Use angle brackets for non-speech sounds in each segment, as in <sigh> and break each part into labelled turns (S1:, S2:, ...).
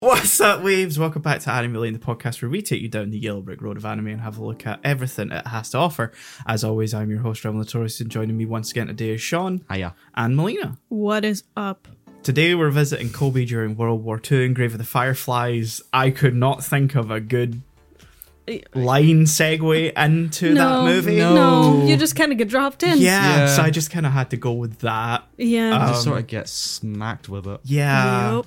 S1: What's up, waves? Welcome back to Anime Lane, the podcast where we take you down the yellow brick road of anime and have a look at everything it has to offer. As always, I'm your host, Revan Torres, and joining me once again today is Sean
S2: Hiya.
S1: and Melina.
S3: What is up?
S1: Today we're visiting Kobe during World War II and Grave of the Fireflies. I could not think of a good
S3: I-
S1: line segue into that movie.
S3: No.
S2: No.
S3: you just kind of get dropped in.
S1: Yeah,
S2: Yeah.
S1: so I just kind of had to go with that.
S3: Yeah.
S2: just
S1: Um,
S2: sort of get smacked with it.
S1: Yeah.
S3: Yup.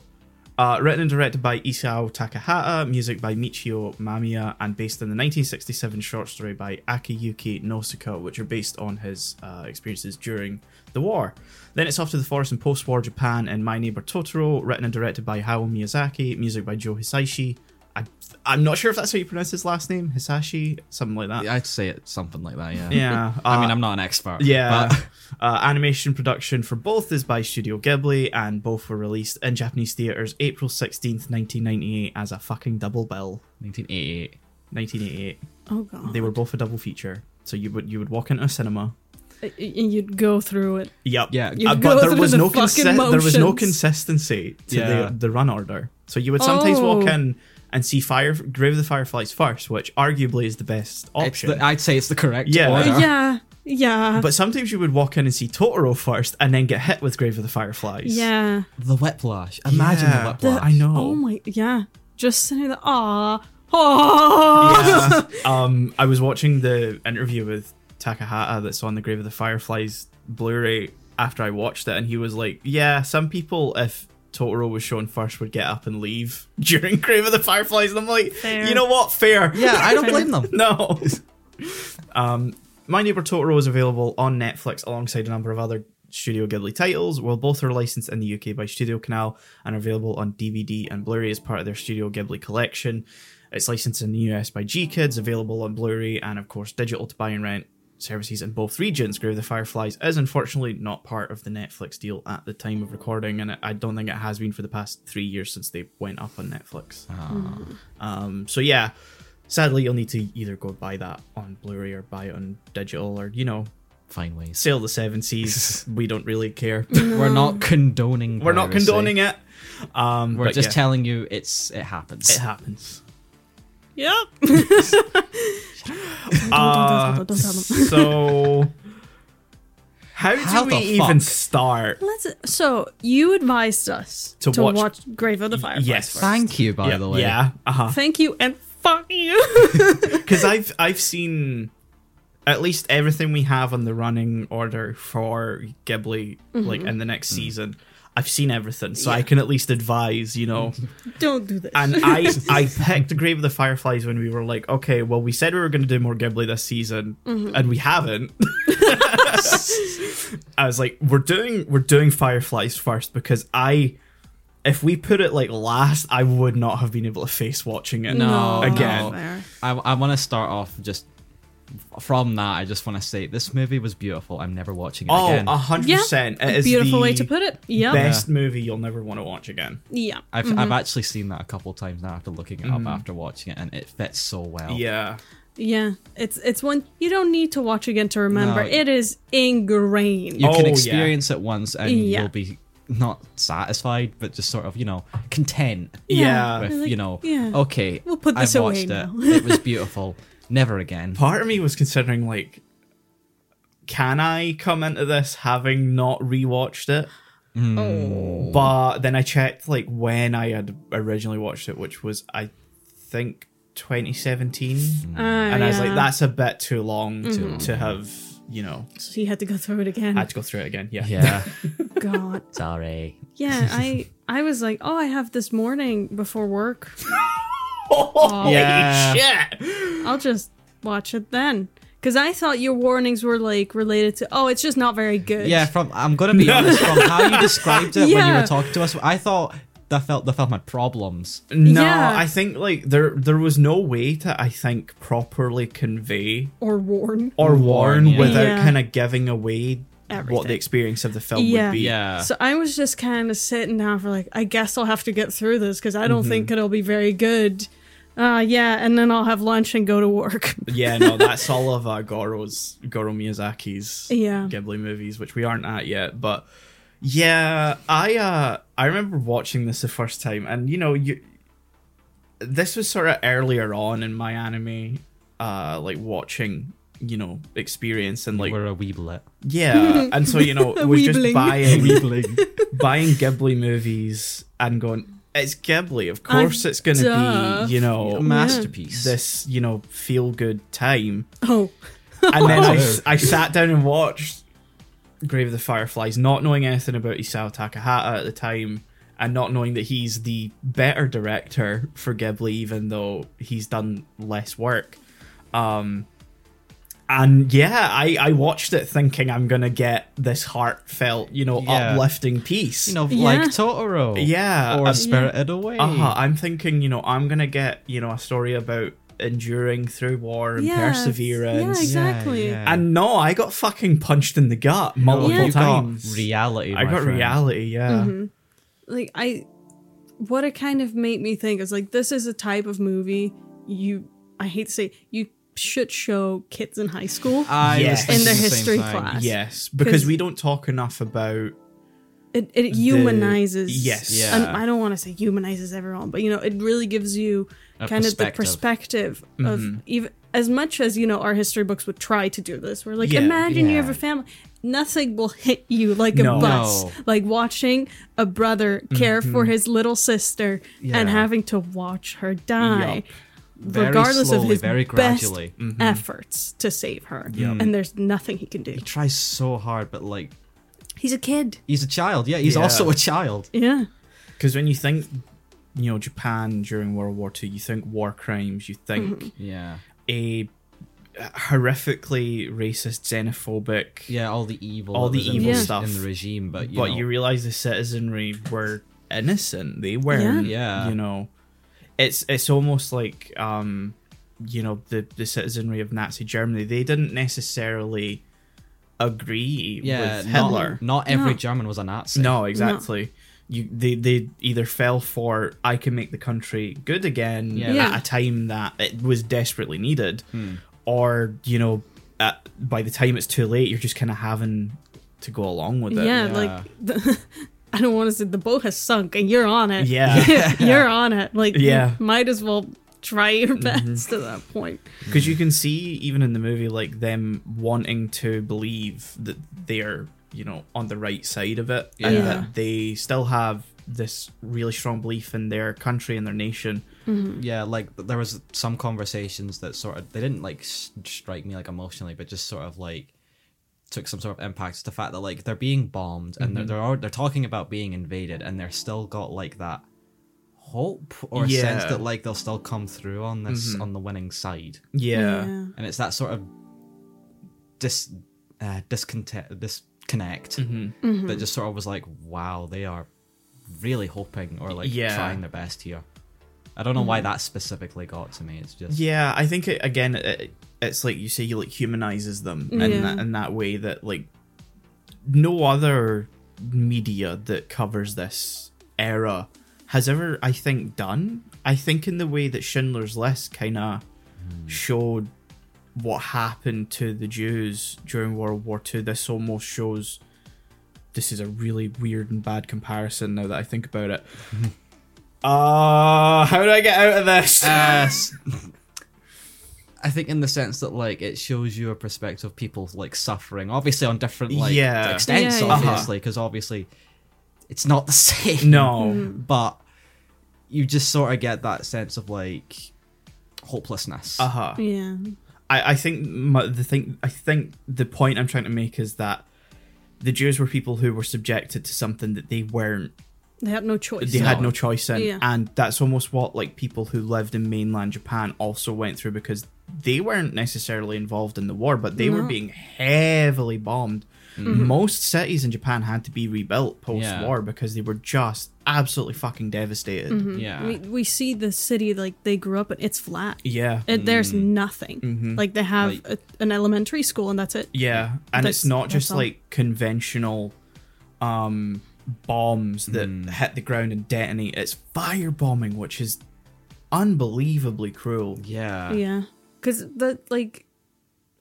S1: Uh, written and directed by Isao Takahata, music by Michio Mamiya, and based on the 1967 short story by Akiyuki Nosuka, which are based on his uh, experiences during the war. Then it's off to the forest in post war Japan in My Neighbor Totoro, written and directed by Hao Miyazaki, music by Joe Hisaishi. I, I'm not sure if that's how you pronounce his last name, Hisashi, something like that.
S2: I'd say it something like that, yeah.
S1: Yeah,
S2: <laughs> I mean,
S1: uh,
S2: I'm not an expert.
S1: yeah.
S2: but- <laughs>
S1: <laughs> Uh, animation production for both is by Studio Ghibli, and both were released in Japanese theaters April 16th, 1998, as a fucking double bill.
S2: 1988.
S1: 1988.
S3: Oh god.
S1: They were both a double feature. So you would you would walk into a cinema.
S3: Y- y- You'd go through it.
S1: Yep.
S2: Yeah.
S3: You
S1: Uh,
S3: go
S1: but there
S3: through
S1: was
S3: the
S1: no
S3: fucking
S1: consi- there was no
S3: motions.
S1: consistency to
S2: Yeah.
S1: the, the run order. So you would sometimes walk
S3: Oh.
S1: in and see Fire Grave of the Fireflies first, which arguably is the best
S2: It's
S1: option.
S2: the, I'd say it's the correct
S1: Yeah.
S2: order.
S3: Yeah. Yeah.
S1: uh, but sometimes you would walk in and see Totoro first, and then get hit with Grave of the Fireflies.
S3: yeah.
S2: The whiplash. Imagine
S1: Yeah.
S2: the whiplash.
S1: I know.
S3: Oh my. Yeah. Just sitting there. Aw.
S2: oh
S3: <laughs> Aw.
S1: Yeah. <laughs> um, I was watching the interview with Takahata that's on the Grave of the Fireflies Blu-ray after I watched it, and he was like, "Yeah, some people if." Totoro was shown first would get up and leave <laughs> during Grave of the Fireflies, and I'm like,
S3: Fair.
S1: you know what, fair.
S2: Yeah, I don't blame
S1: <laughs>
S2: them.
S1: no. um, My Neighbor Totoro is available on Netflix alongside a number of other Studio Ghibli titles. While both are licensed in the UK by Studio Canal and are available on DVD and Blu-ray as part of their Studio Ghibli collection. It's licensed in the US by G Kids, available on Blu-ray and of course digital to buy and rent services in both regions. Grave of the Fireflies is unfortunately not part of the Netflix deal at the time of recording, and I don't think it has been for the past three years since they went up on Netflix.
S2: Ah,
S1: Um, so yeah, sadly you'll need to either go buy that on Blu-ray or buy it on digital, or you know,
S2: Fine ways.
S1: sail the seven
S2: <laughs>
S1: seas. we don't really care.
S2: We're not condoning.
S1: We're not
S2: piracy.
S1: condoning it. Um,
S2: We're
S1: but
S2: just
S1: yeah,
S2: telling you it's it happens.
S1: it happens. <laughs>
S3: Yep.
S1: Uh,
S3: <laughs> Don't tell
S1: <laughs>
S3: them.
S1: so how do
S2: How
S1: we
S2: the
S1: even
S2: fuck?
S1: start?
S3: Let's. So you advised us
S1: To
S3: to,
S1: watch-
S3: watch, Grave of the Fireflies.
S1: yes.
S3: first.
S2: Thank you, by
S1: yeah,
S2: the way.
S1: yeah,
S2: <laughs>
S1: uh-huh.
S3: Thank you and fuck
S1: <laughs>
S3: you.
S1: Because I've I've seen at least everything we have on the running order for Ghibli,
S3: Mm-hmm.
S1: like in the
S2: Mm.
S1: next season. I've seen everything, so I can at least advise, you know.
S3: Don't do this. <laughs>
S1: And I I picked Grave of the Fireflies when we were like, okay, well, we said we were going to do more Ghibli this season,
S3: Mm-hmm.
S1: and we
S3: <laughs>
S1: haven't. I was like, we're doing we're doing Fireflies first because I, if we put it like last, I would not have been able to face watching it.
S2: No,
S1: Again.
S3: no.
S2: I, I want to start off just from that. I just want to say this movie was beautiful. I'm never watching it
S1: Oh,
S2: again.
S1: a hundred
S3: Yeah,
S1: percent. It
S3: a
S1: is
S3: beautiful
S1: the
S3: way to put it. Yep.
S1: Best movie you'll never want to watch again.
S3: Yeah.
S2: I've, I've actually seen that a couple times now after looking it
S3: Mm-hmm.
S2: up after watching it, and it fits so well.
S1: Yeah,
S3: Yeah, it's it's one you don't need to watch again to remember.
S2: No.
S3: It is ingrained.
S2: you
S1: Oh,
S2: can
S1: yeah.
S2: experience it once and
S3: Yeah.
S2: you'll be not satisfied but just sort of you know content
S1: yeah.
S2: with
S3: You're like,
S2: you know
S3: yeah,
S2: okay
S3: we'll put this
S2: I've
S3: away
S2: watched
S3: now."
S2: it it was beautiful never again
S1: Part of me was considering like, can I come into this having not rewatched it? But then I checked like when I had originally watched it, which was I think 2017,
S3: Uh,
S1: and I was like,
S3: yeah.
S1: that's a bit too long to, to have. You know,
S3: So you had to go through it
S1: <laughs>
S3: again.
S1: I had to go through it again. Yeah,
S3: <laughs>
S2: yeah
S3: God.
S2: sorry
S3: Yeah, I I was like, oh, I have this morning before work.
S1: Holy
S2: Yeah.
S1: shit!
S3: I'll just watch it then. Because I thought your warnings were like related to, oh, it's just not very good.
S2: yeah from i'm gonna be honest from how you described it when you
S3: Yeah.
S2: were talking to us i thought the film the film had problems
S1: No,
S3: Yeah.
S1: I think like there there was no way to I think properly convey
S3: Or warn.
S1: or warn
S2: Warn, yeah.
S1: without
S3: Yeah.
S1: kind of giving away what
S3: Everything.
S1: the experience of the film
S3: Yeah.
S1: would be.
S2: yeah
S3: So I was just kind of sitting down for like, I guess I'll have to get through this because I don't
S1: Mm-hmm.
S3: think it'll be very good. Uh, yeah, and then I'll have lunch and go to work. <laughs>
S1: Yeah, no, that's all of uh, Goro's Goro Miyazaki's
S3: Yeah.
S1: Ghibli movies, which we aren't at yet. But yeah, I uh, I remember watching this the first time, and you know, you this was sort of earlier on in my anime, uh, like watching, you know, experience and like
S2: We're a weeblet.
S3: <laughs>
S1: yeah, and so you know was just
S3: Weebling.
S1: buying
S2: Weebling.
S1: <laughs> buying Ghibli movies and going, it's Ghibli, of
S3: I-
S1: course it's gonna
S3: duh.
S1: be you know
S2: a masterpiece.
S1: this you know feel good time,
S3: Oh,
S1: and then I,
S2: Wow.
S1: s- I sat down and watched Grave of the Fireflies, not knowing anything about Isao Takahata at the time, and not knowing that he's the better director for Ghibli, even though he's done less work. Um, and yeah, I, I watched it thinking I'm gonna get this heartfelt, you know,
S2: Yeah.
S1: uplifting piece.
S2: You know,
S3: Yeah.
S2: like Totoro.
S1: Yeah,
S2: Or
S1: um,
S2: Spirited Away.
S1: uh-huh, I'm thinking, you know, I'm gonna get, you know, a story about enduring through war and
S3: yeah.
S1: perseverance.
S3: Yeah, exactly.
S2: yeah.
S1: And no, I got fucking punched in the gut multiple
S3: Yeah.
S2: You got
S1: times.
S2: reality.
S1: I
S2: my
S1: got
S2: friend.
S1: reality, yeah.
S3: Like I, what it kind of made me think is like this is a type of movie you. I hate to say you should show kids in high school.
S2: I was
S1: Yes.
S2: thinking
S1: In the
S2: same
S3: history
S2: thing.
S3: class.
S1: Yes, because
S3: 'Cause-
S1: we don't talk enough about
S3: it, it humanizes
S1: yes.
S2: Yeah.
S3: and i don't want to say humanizes everyone but you know it really gives you
S2: A
S3: kind of the
S2: perspective.
S3: perspective of even as much as you know our history books would try to do this we're like
S1: Yeah.
S3: imagine you
S2: Yeah.
S3: have a family nothing will hit you like
S1: No.
S3: a bus
S2: No.
S3: like watching a brother care for his little sister
S2: Yeah.
S3: and having to watch her die
S1: Yup.
S2: Very
S3: regardless
S2: slowly,
S3: of his
S2: very
S3: best
S2: gradually.
S3: efforts to save her and there's nothing he can do
S2: He tries so hard, but like
S3: he's a kid
S2: he's a child. Yeah, he's
S1: Yeah.
S2: also a child.
S3: yeah
S1: because when you think, you know, Japan during World War II, you think war crimes, you think
S2: Yeah.
S1: a horrifically racist, xenophobic,
S2: Yeah, all the evil.
S1: All
S2: that
S1: the
S2: was in
S1: evil
S2: the-
S1: stuff.
S2: in the regime, but you
S1: but
S2: know,
S1: you realize the citizenry were innocent. They weren't.
S2: Yeah.
S1: You know, it's it's almost like um, you know, the the citizenry of Nazi Germany. They didn't necessarily agree
S2: yeah,
S1: with
S2: not-
S1: Hitler.
S2: Not, every
S3: No.
S2: German was a Nazi.
S1: No, exactly. You they they either fell for I can make the country good again
S2: Yeah. Hmm.
S3: Yeah.
S1: at a time that it was desperately needed, or you know, at, by the time it's too late, you're just kind of having to go along with it.
S3: yeah,
S2: Yeah.
S3: like <laughs> the, I don't want to say the boat has sunk and you're on it.
S1: Yeah. Yeah.
S3: <laughs> you're on it. Like
S1: Yeah.
S3: you might as well try your best at that point.
S1: because you can see even in the movie like them wanting to believe that they're you know on the right side of it and
S2: Yeah.
S1: that they still have this really strong belief in their country and their nation
S2: yeah like there was some conversations that sort of they didn't like s- strike me like emotionally but just sort of like took some sort of impact It's the fact that like they're being bombed and they're they're, al- they're talking about being invaded and they're still got like that hope or sense
S1: Yeah.
S2: that like they'll still come through on this on the winning side
S1: yeah,
S2: and it's that sort of dis uh, discontent disconnect
S1: Mm-hmm.
S3: Mm-hmm.
S2: that just sort of was like wow they are really hoping or like
S1: Yeah.
S2: trying their best here i don't know
S3: Mm.
S2: why that specifically got to me it's just
S1: Yeah, I think it, again, it, it's like you say, you like humanizes them in
S3: Yeah.
S1: that in that way that like no other media that covers this era has ever, I think, done. I think in the way that Schindler's List kind of showed what happened to the Jews during World War II, this almost shows. This is a really weird and bad comparison now that I think about it. Uh, how do I get out of this? <laughs>
S2: Uh, s- i think in the sense that like it shows you a perspective of people like suffering obviously on different like
S1: Yeah. Uh-huh.
S2: extents
S3: Yeah, yeah.
S2: obviously because obviously it's not the <laughs> same
S1: no.
S3: Mm.
S2: but you just sort of get that sense of like hopelessness.
S1: Uh huh.
S3: Yeah.
S1: I, I think my, the thing I think the point I'm trying to make is that the Jews were people who were subjected to something that they weren't.
S3: They had no choice.
S1: They had
S2: No.
S1: no choice in,
S3: Yeah.
S1: and that's almost what like people who lived in mainland Japan also went through because they weren't necessarily involved in the war, but they were
S3: No.
S1: being heavily bombed. Most cities in Japan had to be rebuilt post-war because they were just absolutely fucking devastated.
S3: Mm-hmm.
S2: yeah.
S3: We, we see the city like they grew up in. It's flat.
S1: Yeah.
S3: It, there's nothing. Like they have
S2: Like-
S3: a, an elementary school and that's it.
S1: Yeah, and it's
S3: That's-
S1: not
S3: that's
S1: just
S3: all.
S1: like conventional um bombs that
S2: Hmm.
S1: hit the ground and detonate. It's firebombing, which is unbelievably cruel.
S2: yeah.
S3: Yeah. Because the like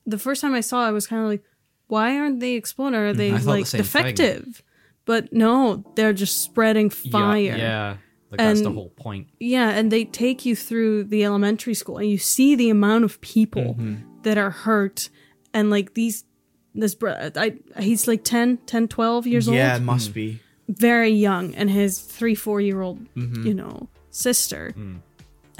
S3: the first time I saw it, I was kind of like, why aren't they exploring? Are they
S2: I thought the
S3: like
S2: same thing.
S3: defective? But no, they're just spreading fire.
S2: Yeah. Like that's the
S3: And-
S2: whole point.
S3: Yeah, and they take you through the elementary school and you see the amount of people
S2: Mm-hmm.
S3: that are hurt and like these this bro I he's like 10, 10, 12 years
S1: yeah,
S3: old,
S2: Hmm.
S1: must be.
S3: very young and his 3 4-year-old,
S2: Mm-hmm.
S3: you know, sister.
S2: Mm.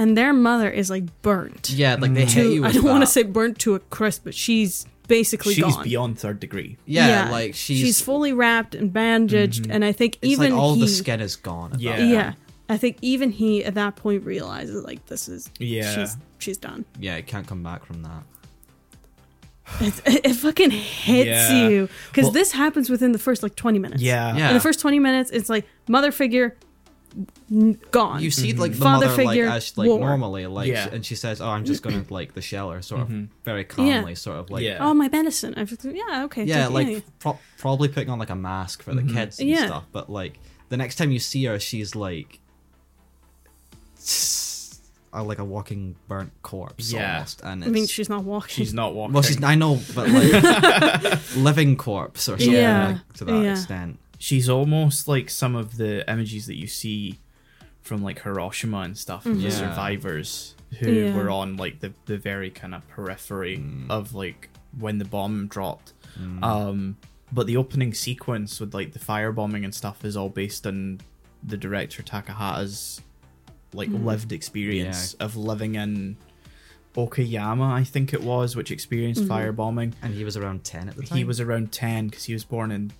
S3: And their mother is like burnt.
S2: Yeah, like they hit you.
S3: To,
S2: With
S3: I don't want
S2: that.
S3: to say burnt to a crisp, but she's basically
S1: She's
S3: gone.
S1: beyond third degree.
S2: Yeah, like she's, Mm-hmm.
S3: she's, fully wrapped and bandaged and I think
S2: it's
S3: even
S2: like all
S3: he,
S2: the skin is gone. at that
S1: Yeah.
S2: point.
S3: yeah. I think even he at that point realizes like this is
S1: Yeah.
S3: she's she's done.
S2: yeah, it can't come back from that.
S3: It, it, it fucking hits
S1: Yeah.
S3: you because
S1: Well-
S3: this happens within the first like twenty minutes.
S1: Yeah.
S2: Yeah.
S3: In the first twenty minutes, it's like mother figure n- gone.
S2: You see, like the
S3: Father
S2: mother,
S3: figure,
S2: like as like
S3: war.
S2: normally, like,
S1: Yeah.
S2: and she says, "Oh, I'm just gonna like the shell," or sort of very calmly, sort of like,
S1: Yeah.
S3: oh my medicine. I've, yeah, okay.
S2: yeah,
S3: take-
S2: like pro- probably putting on like a mask for the
S1: Mm-hmm.
S2: kids and
S3: Yeah.
S2: stuff. But like the next time you see her, she's like, uh, like a walking burnt corpse
S1: Yeah.
S2: almost, and
S3: I
S2: it's,
S3: mean, she's not walking.
S1: She's not walking.
S2: well, she's I know, but like
S3: <laughs>
S2: living corpse or something
S3: Yeah.
S2: like, to that
S3: Yeah.
S2: extent.
S1: she's almost like some of the images that you see from like Hiroshima and stuff, of
S2: Yeah.
S1: the survivors who
S3: Yeah.
S1: were on like the, the very kind of periphery of like when the bomb dropped. Um, but the opening sequence with like the firebombing and stuff is all based on the director Takahata's like lived experience of living in Okayama, I think it was, which experienced firebombing
S2: And he was around ten at the time.
S1: he was around 10 because he was born in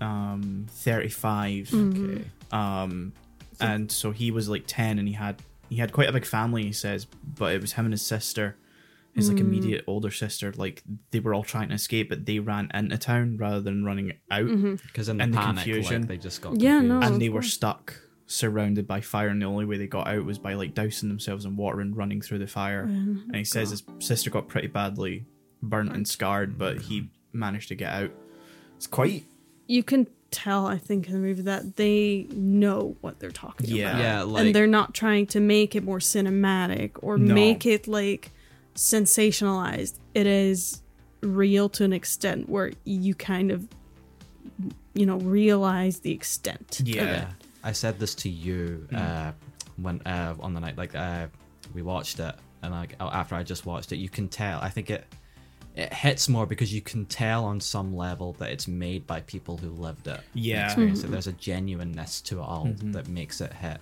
S1: um 35
S3: Mm-hmm.
S2: Okay.
S1: um and so he was like 10 and he had he had quite a big family he says but it was him and his sister his like immediate older sister like they were all trying to escape but they ran into town rather than running out
S2: because in the
S1: and the
S2: panic,
S1: confusion.
S2: like they just got
S3: Yeah, no.
S2: confused.
S1: and they
S3: of
S1: were
S3: course.
S1: stuck surrounded by fire and the only way they got out was by like dousing themselves in water and running through the fire and he says his sister got pretty badly burnt and scarred but he managed to get out it's quite
S3: you can tell. I think in the movie that they know what they're talking
S1: Yeah.
S3: about.
S2: Yeah, like
S3: and they're not trying to make it more cinematic or
S1: No.
S3: make it like sensationalized. It is real to an extent where you kind of you know realize the extent. of
S1: Yeah. Hmm.
S3: it.
S2: Yeah. I said this to you uh, when uh, on the night like uh, we watched it, and like a- after I just watched it, you can tell. I think it it hits more because you can tell on some level that it's made by people who lived it. and
S1: Yeah. Mm-hmm.
S2: experienced it. There's a genuineness to it all that makes it hit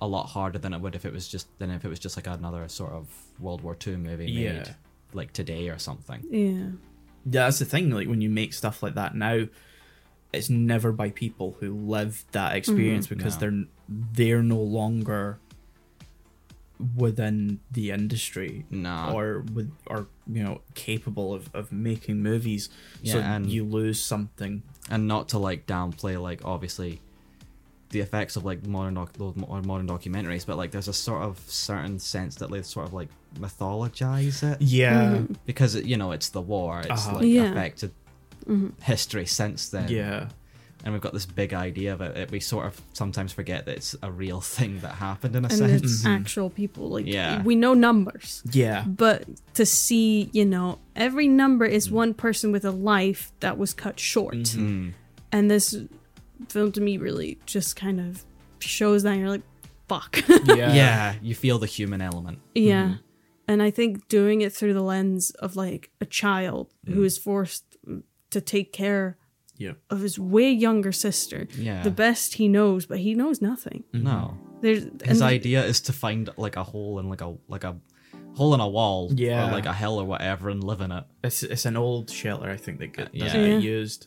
S2: a lot harder than it would if it was just than if it was just like another sort of World War II movie made
S1: Yeah.
S2: like today or something.
S3: Yeah.
S1: Yeah, that's the thing. Like when you make stuff like that now, it's never by people who lived that experience because
S2: No.
S1: they're they're no longer within the industry
S2: No.
S1: or with or you know capable of, of making movies so
S2: Yeah, and-
S1: you lose something
S2: and not to like downplay like obviously the effects of like modern doc- those mo- modern documentaries, but like there's a sort of certain sense that they sort of like mythologize it
S1: yeah
S2: because it, you know it's the war, it's
S1: Uh-huh.
S2: like
S3: Yeah. Mm-hmm.
S2: affected history since then,
S1: yeah
S2: and we've got this big idea of it. that We sort of sometimes forget that it's a real thing that happened in a
S3: And
S2: sense.
S3: it's actual people. Like
S2: mm-hmm. Yeah.
S3: we know numbers.
S1: yeah
S3: But to see, you know, every number is one person with a life that was cut short. And this film to me really just kind of shows that and you're like, fuck. <laughs>
S1: yeah
S2: yeah, you feel the human element.
S3: Yeah.
S2: Mm-hmm.
S3: And I think doing it through the lens of like a child who is forced to take care
S1: yeah
S3: of his way younger sister,
S2: Yeah.
S3: the best he knows, but he knows nothing.
S1: Mm-hmm.
S2: No,
S3: There's
S2: his
S3: and
S2: idea is to find like a hole in like a like a hole in a wall
S1: Yeah.
S2: or like a hill or whatever and live in it.
S1: it's, it's an old shelter i think that get, doesn't
S2: Yeah.
S1: get
S3: Yeah.
S1: used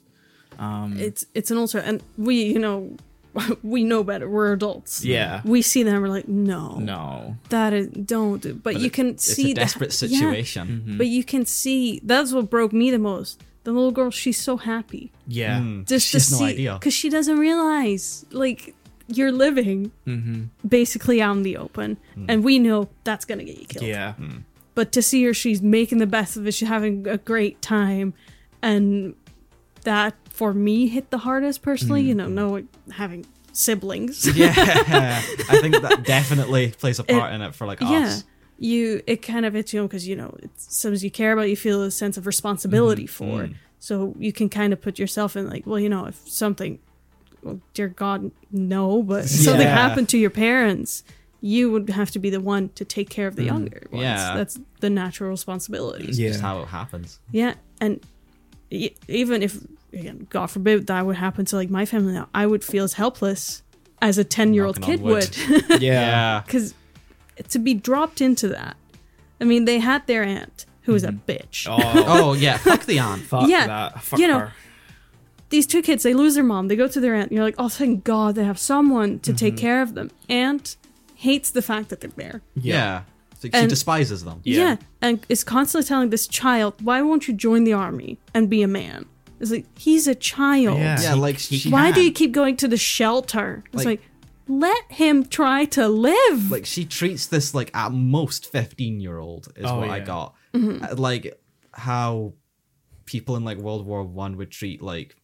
S3: it's it's an ulcer, and we you know <laughs> we know better. We're adults.
S1: yeah
S3: We see them. We're like, no,
S1: no
S3: that is don't. do- But, you
S2: it-
S3: can
S2: it's
S3: see
S2: a desperate
S3: that, yeah,
S2: situation. Mm-hmm.
S3: But you can see that's what broke me the most. The little girl, she's so happy.
S1: yeah
S3: just
S2: She has
S3: to
S2: no
S3: see,
S2: idea.
S3: because she doesn't realize like you're living
S2: Mm-hmm.
S3: basically out in the open,
S2: Mm.
S3: and we know that's gonna get you killed.
S1: yeah
S3: But to see her, she's making the best of it. She's having a great time, and that for me hit the hardest personally. You
S2: Mm-hmm.
S3: know, no having siblings. <laughs>
S2: Yeah, <laughs> I think that definitely plays a part in it for like
S3: yeah
S2: us.
S3: you it kind of hits you because you know it's something you care about you feel a
S2: Mm-hmm.
S3: sense
S2: Mm.
S3: of responsibility for so you can kind of put yourself in like well you know if something well, dear God, no,
S2: <laughs>
S3: but something
S2: Yeah.
S3: happened to your parents, you would have to be the one to take care of the younger ones.
S2: Mm. yeah.
S3: That's the natural responsibility.
S2: It's
S1: Yeah.
S2: just how it happens.
S3: Yeah, and e- even if, again, God forbid that would happen to like my family now, I would feel as helpless as a ten-year-old
S2: Knocking on
S3: kid
S2: wood.
S3: would,
S1: Yeah.
S2: Yeah.
S3: because to be dropped into that, I mean, they had their aunt who was a bitch.
S1: Oh,
S2: Oh yeah, <laughs> fuck the aunt.
S1: fuck
S3: Yeah,
S1: that. Fuck
S3: you know,
S1: her.
S3: These two kids, they lose their mom. They go to their aunt. And you're like, oh, thank God they have someone to
S1: Mm-hmm.
S3: take care of them. Aunt hates the fact that they're there.
S2: Yeah. It's like she
S3: And-
S2: despises them.
S1: Yeah.
S3: Yeah. and is constantly telling this child, why won't you join the army and be a man? It's like, he's a child.
S1: Yeah.
S2: Yeah,
S1: He-
S2: like
S1: he
S2: she
S3: Why do you
S2: can.
S3: keep going to the shelter? It's
S2: Like-
S3: like, let him try to live.
S2: like she treats this like at most 15 year old is
S1: Oh,
S2: what i
S1: yeah.
S2: got
S3: Mm-hmm.
S2: Uh, like how people in like world war one would treat like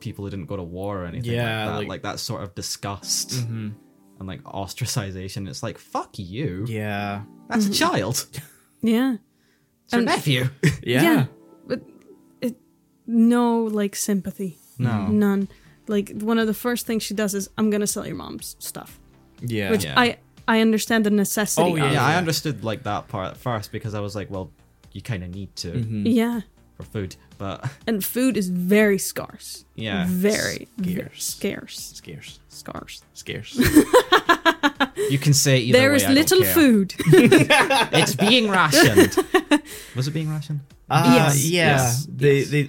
S2: people who didn't go to war or anything
S1: Yeah,
S2: like that
S1: like-
S2: like, Mm-hmm. that sort of disgust and like ostracization it's like fuck you
S1: Yeah.
S2: that's a child it's
S3: yeah.
S2: your
S3: Mm-hmm. And-
S2: <laughs> nephew
S1: Yeah.
S3: But it, no, like, sympathy.
S2: no
S3: None. Like, one of the first things she does is, I'm going to sell your mom's stuff.
S1: Yeah.
S3: Which
S2: Yeah.
S3: I, I understand the necessity
S1: Oh,
S3: of.
S2: yeah i
S1: Yeah.
S2: understood like that part at first because i was like well you kind of need to
S3: Yeah.
S2: for food but
S3: And food is very scarce.
S2: yeah
S3: Very ve-
S1: Scarce.
S3: scarce.
S1: Scarce.
S3: Scarce.
S1: Scarce.
S2: you can say it either
S3: There
S2: way,
S3: is
S2: I don't
S3: little
S2: care.
S3: food.
S2: It's
S3: <laughs>
S2: being rationed. Was it being rationed?
S1: Uh,
S3: Yes.
S1: Yeah.
S2: Yes.
S1: They,
S3: Yes.
S1: they.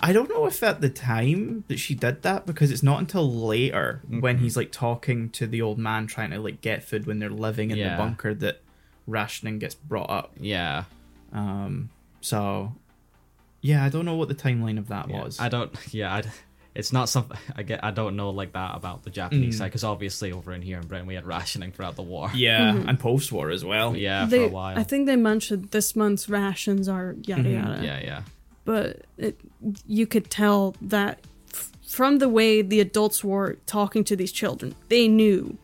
S1: I don't know if at the time that she did that because it's not until later when
S2: Mm-hmm.
S1: he's like talking to the old man trying to like get food when they're living in
S2: Yeah.
S1: the bunker that rationing gets brought up.
S2: Yeah.
S1: Um. So. Yeah, I don't know what the timeline of that was.
S2: I don't. Yeah. I, it's not something I get. I don't know like that about the Japanese side because obviously over in here in Britain we had rationing throughout the war.
S1: yeah, and post war as well.
S2: Yeah.
S3: They-
S2: for a while. Mm-hmm.
S3: I think they mentioned this month's rations are yada yada.
S2: yeah. Yeah.
S3: But it, you could tell that f- from the way the adults were talking to these children, they knew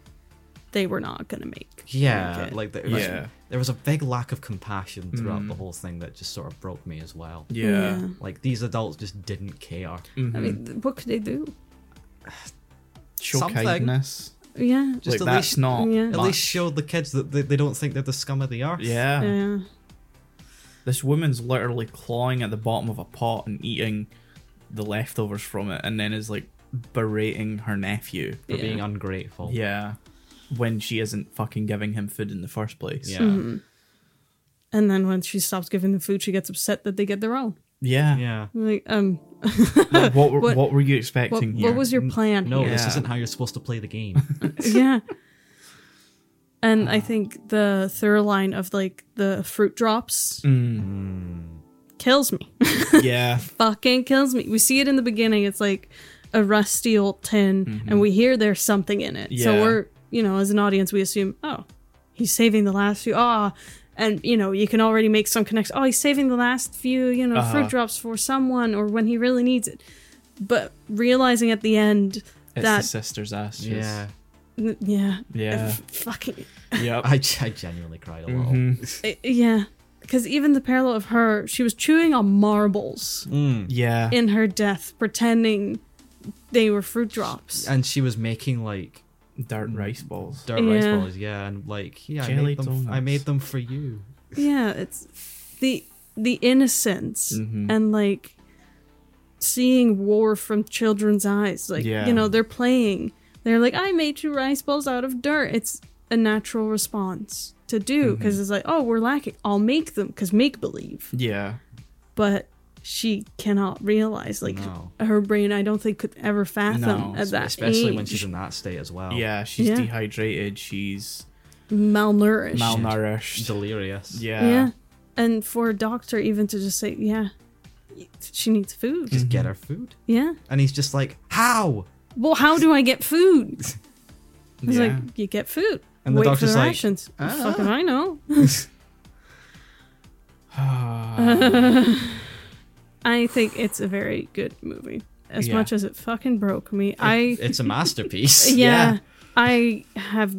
S3: they were not going to make.
S2: Yeah. Mm.
S3: Okay.
S2: Like there was,
S1: Yeah.
S2: there was a big lack of compassion throughout the whole thing that just sort of broke me as well.
S1: Yeah. Mm-hmm.
S2: Like these adults just didn't care.
S3: I mean, th- what could they do?
S1: Show
S2: Something.
S1: kindness.
S3: Yeah.
S1: like
S2: Just at
S1: that's
S2: least
S1: not.
S3: Yeah.
S2: At
S1: much.
S2: least showed the kids that they, they don't think they're the scum of the earth.
S1: Yeah.
S3: yeah.
S1: This woman's literally clawing at the bottom of a pot and eating the leftovers from it, and then is like berating her nephew.
S2: For
S3: Yeah.
S2: being ungrateful.
S1: Yeah. When she isn't fucking giving him food in the first place.
S2: Yeah.
S3: Mm-hmm. And then when she stops giving them food, she gets upset that they get their own.
S1: Yeah.
S2: Yeah.
S3: Like, um,
S1: Like, what, were, what,
S3: What-
S1: were you
S3: what,
S1: expecting here?
S3: what was your plan?
S2: No,
S3: here?
S2: this
S1: Yeah.
S2: isn't how you're supposed to play
S1: <laughs>
S2: the game.
S3: <laughs> yeah. And I think the through line of like the fruit drops
S1: <laughs>
S3: kills me.
S1: Hmm. yeah.
S3: Fucking kills me. We see it in the beginning. It's like a rusty old tin, and we hear there's something in it.
S1: Mm-hmm. Yeah.
S3: So we're, you know, as an audience, we assume, oh, he's saving the last few. Ah. And you know you can already make some connection. Oh, he's saving the last few, you know,
S1: Uh-huh.
S3: fruit drops for someone or when he really needs it. But realizing at the end
S1: It's the
S3: that,
S1: sister's ashes.
S2: yeah.
S3: n- yeah, uh,
S1: Yeah.
S3: fucking
S1: Yep.
S2: I, I genuinely cried a little.
S1: Mm-hmm.
S3: I- yeah because even the parallel of her she was chewing on marbles
S2: Mm.
S1: Yeah.
S3: in her death pretending they were fruit drops
S2: And she was making like
S1: Dirt rice balls.
S2: dirt rice
S3: Yeah.
S2: balls, yeah, and like yeah, I
S1: Jelly
S2: made, them, I
S1: donuts.
S2: made them for you.
S3: yeah it's the the innocence
S2: Mm-hmm.
S3: and like seeing war from children's eyes like
S1: Yeah.
S3: you know they're playing they're like i made you rice balls out of dirt it's a natural response to do
S2: Mm-hmm.
S3: because it's like oh we're lacking i'll make them because make believe
S1: Yeah.
S3: but she cannot realize like
S2: No.
S3: her brain i don't think could ever fathom
S1: No,
S3: at that
S2: Especially when
S3: age.
S2: she's in that state as well.
S1: Yeah. She's
S3: Yeah.
S1: dehydrated. She's
S3: malnourished
S1: malnourished.
S2: Delirious.
S1: yeah.
S3: yeah. and for a doctor even to just say yeah she needs food
S2: Just
S1: Mm-hmm.
S2: get her food.
S3: yeah
S2: And he's just like, How?
S3: well how do i get food it's
S1: Yeah.
S3: like you get food
S2: And the
S3: wait for
S2: doctor's
S3: the
S2: like,
S3: rations What the fucking i know i think it's a very good movie as
S1: Yeah.
S3: much as it fucking broke me i
S2: It's a masterpiece.
S3: <laughs> yeah,
S1: Yeah.
S3: I have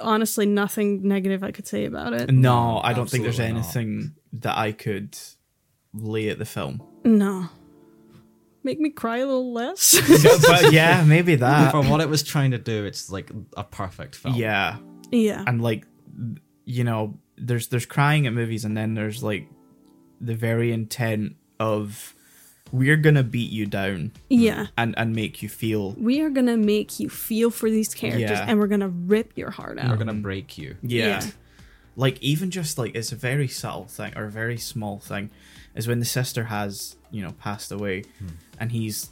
S3: honestly nothing negative I could say about it.
S1: No, I don't think there's
S2: absolutely not.
S1: anything that I could lay at the film.
S3: No. make me cry a little less.
S1: <laughs> <laughs>
S2: <laughs>
S1: but uh, yeah, maybe that.
S2: For what it was trying to do, it's like a perfect film.
S1: Yeah,
S3: yeah.
S1: and like you know, there's there's crying at movies, and then there's like the very intent of we're gonna beat you down
S3: yeah.
S1: and and make you feel
S3: We are going to make you feel for these characters
S1: Yeah.
S3: and we're going to rip your heart out.
S2: We're
S1: Mm-hmm.
S2: gonna break you.
S1: Yeah.
S3: Yeah.
S1: Like even just like it's a very subtle thing or a very small thing is when the sister has, you know, passed away
S3: Hmm.
S1: and he's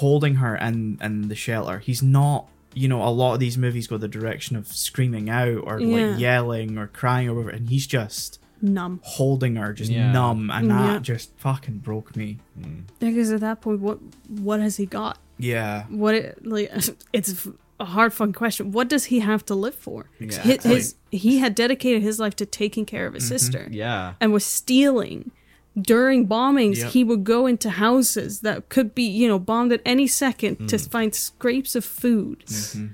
S1: holding her in in the shelter. He's not you know, a lot of these movies go the direction of screaming out or
S3: Yeah.
S1: like yelling or crying or whatever and he's just
S3: Numb.
S1: holding her, just
S2: Yeah.
S1: numb and that
S3: Yeah.
S1: just fucking broke me.
S3: Because at that point, what what has he got?
S1: Yeah.
S3: What it, like <laughs> it's a hard fun question. What does he have to live for? His-
S2: Exactly.
S3: His, he had dedicated his life to taking care of his sister.
S2: Yeah.
S3: and was stealing during bombings
S1: Yep.
S3: he would go into houses that could be you know bombed at any second to
S1: Mm.
S3: find scrapes of food
S1: Mm-hmm.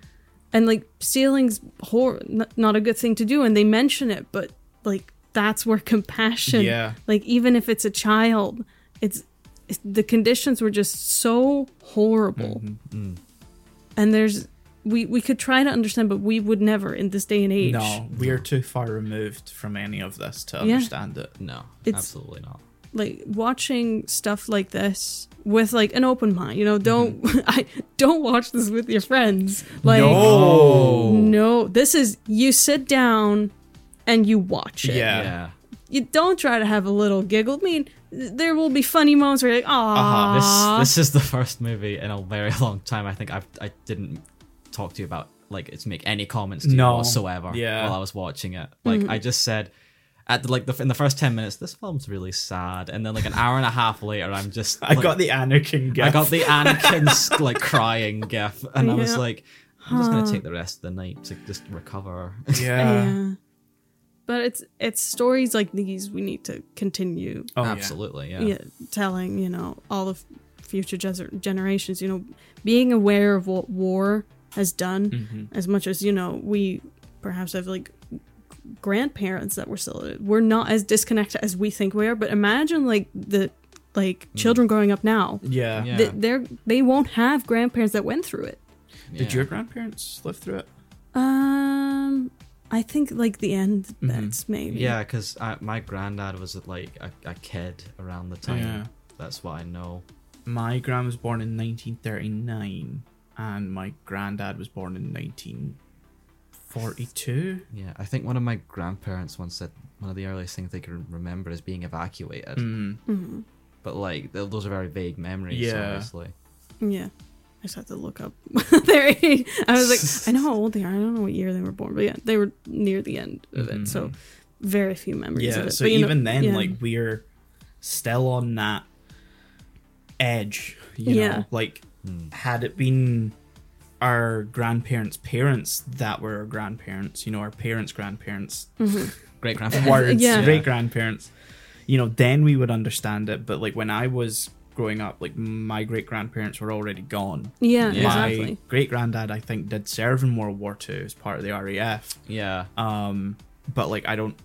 S3: and like stealing's hor- n- not a good thing to do and they mention it but like that's where <laughs> compassion
S1: Yeah.
S3: like even if it's a child it's, it's the conditions were just so horrible
S1: Mm-hmm. Mm.
S3: and there's we we could try to understand but we would never in this day and age
S1: No, we're too far removed from any of this to
S3: Yeah.
S1: understand it.
S2: No.
S3: It's-
S2: absolutely not.
S3: like watching stuff like this with like an open mind you know
S2: Mm-hmm.
S3: don't <laughs> i don't watch this with your friends like
S2: Oh.
S1: No.
S3: no, this is you sit down and you watch it
S1: Yeah.
S2: Yeah.
S3: you don't try to have a little giggle i mean th- there will be funny moments where you're like ah
S2: Uh-huh, This this is the first movie in a very <laughs> long time. I think I've I didn't talk to you about like it's make any comments to you
S1: No.
S2: whatsoever
S1: Yeah. Mm-hmm.
S2: while I was watching it. Like I just said at the, like the in the first ten minutes, this film's really sad, and then like an hour and a half later, I'm just
S1: <laughs> I
S2: like,
S1: got the Anakin gif.
S2: I got the
S1: <laughs>
S2: Anakin's like crying gif, and I was
S3: Yeah.
S2: like, I'm just gonna take the rest of the night to just recover.
S1: Oh,
S2: <laughs>
S1: yeah.
S2: uh.
S3: yeah but it's it's stories like these we need to continue
S1: Oh, yeah.
S2: Absolutely, yeah.
S3: yeah, telling you know all of future gener- generations you know being aware of what war has done
S2: Mm-hmm.
S3: as much as you know we perhaps have like grandparents that were still we're not as disconnected as we think we are but imagine like the like children growing up now
S1: Yeah.
S2: Mm. Yeah.
S3: th- they're they won't have grandparents that went through it
S1: Did
S2: Yeah.
S1: your grandparents live through it?
S3: um i think like the end that's maybe
S2: Mm-hmm. Yeah, because my granddad was like a, a kid around the time.
S1: Yeah.
S2: That's what I know.
S1: My gran was born in 1939, and my granddad was born in 1942.
S2: Yeah, I think one of my grandparents once said one of the earliest things they could remember is being evacuated.
S1: Mm.
S3: Mm-hmm.
S2: But like th- those are very vague memories,
S1: Yeah.
S2: obviously.
S3: Yeah. I just had to look up <laughs> their age. I was like, I know how old they are. I don't know what year they were born, but yeah, they were near the end of it. So very few memories
S1: Mm-hmm.
S3: of
S1: Yeah.
S3: it.
S1: So
S3: But, you know-
S1: even then,
S3: yeah.
S1: like we're still on that edge. You
S3: Yeah.
S1: know, like had it been our grandparents' parents that were our grandparents, you know, our parents' grandparents, <laughs>
S2: Great grandparents.
S1: words,
S3: Yeah.
S1: great grandparents, you know, then we would understand it. But like when I was growing up, like my great grandparents were already gone.
S3: Yeah,
S2: Yeah.
S1: My
S3: exactly.
S1: great granddad, I think, did serve in World War II as part of the RAF.
S2: <laughs> Yeah.
S1: Um, but like I don't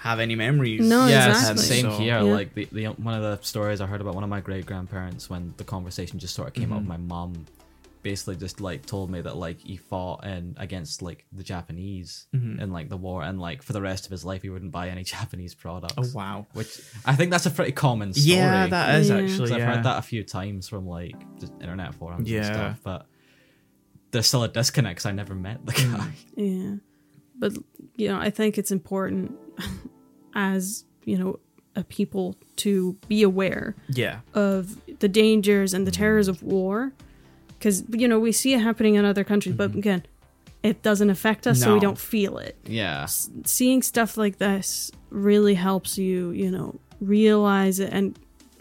S1: have any memories.
S3: No,
S2: yeah,
S1: of
S2: it's
S1: him,
S2: the
S3: Oh, exactly.
S2: same
S1: so-
S2: here.
S3: Yeah.
S2: Like the, the one of the stories I heard about one of my great grandparents when the conversation just sort of came up. My mom basically just like told me that like he fought in against like the Japanese in like the war, and like for the rest of his life he wouldn't buy any <laughs> Japanese products.
S1: Oh wow.
S2: Which I think that's a pretty common story.
S1: Yeah, that is
S3: Yeah.
S1: actually.
S2: 'Cause I've
S1: Yeah.
S2: heard that a few times from like just internet forums
S1: Yeah.
S2: and stuff, but there's still a disconnect 'cause I never met the guy.
S3: Yeah. But, you know, I think it's important <laughs> as, you know, a people to be aware
S1: Yeah.
S3: of the dangers
S1: Mm-hmm.
S3: and the terrors of war because you know we see it happening in other countries but again it doesn't affect us so we
S1: Mm-hmm. No.
S3: don't feel it
S2: yeah.
S3: S- seeing stuff like this really helps you you know realize it and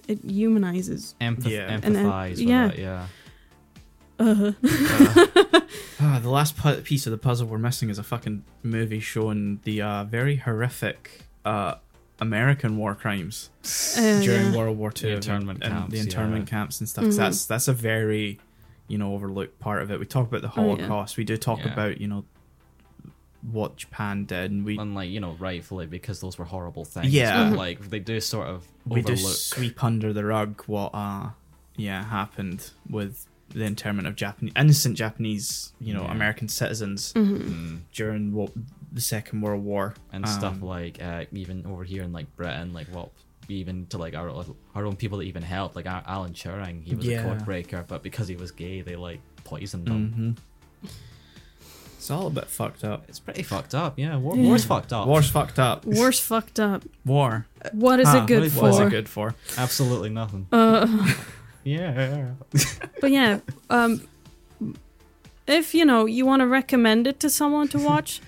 S3: it humanizes
S2: Empath-
S1: Yeah.
S3: And then-
S2: Empathize with
S3: yeah.
S2: it, yeah.
S3: Uh-huh. <laughs>
S1: Ah, the last pu- piece of the puzzle we're missing is a fucking movie showing the uh, very horrific uh, American war crimes
S3: uh,
S1: during
S3: yeah. Mm-hmm.
S1: World War II,
S2: The internment
S1: and, and the
S2: camps,
S1: internment
S2: yeah.
S1: camps and stuff. 'cause That's that's a very you know overlooked part of it. We talk about the
S3: Oh, yeah.
S1: Holocaust. We do talk
S2: Yeah.
S1: about you know what Japan did, and we
S2: And like, you know, rightfully because those were horrible things.
S1: Yeah.
S2: But, like they do sort of
S1: we do
S2: overlook
S1: sweep under the rug what uh yeah happened with the internment of Japanese innocent Japanese you know
S2: Yeah.
S1: American citizens
S3: Mm.
S1: during what the Second World War
S2: and stuff
S1: Um,
S2: like uh, even over here in like Britain, like what we even to like our our own people that even helped, like Al- Alan Turing, he was
S1: Yeah. Mm-hmm.
S2: a code breaker, but because he was gay, they like poisoned him.
S1: it's all a bit fucked up.
S2: It's pretty fucked up. Yeah, war, war's fucked up.
S1: War's fucked up.
S3: War's fucked up.
S1: War.
S3: What is
S1: Huh,
S3: it good
S2: what is-
S3: for?
S1: Ah, What is it good for?
S2: absolutely nothing.
S3: Uh,
S2: yeah,
S3: but yeah, um, if you know you want to recommend it to someone to watch,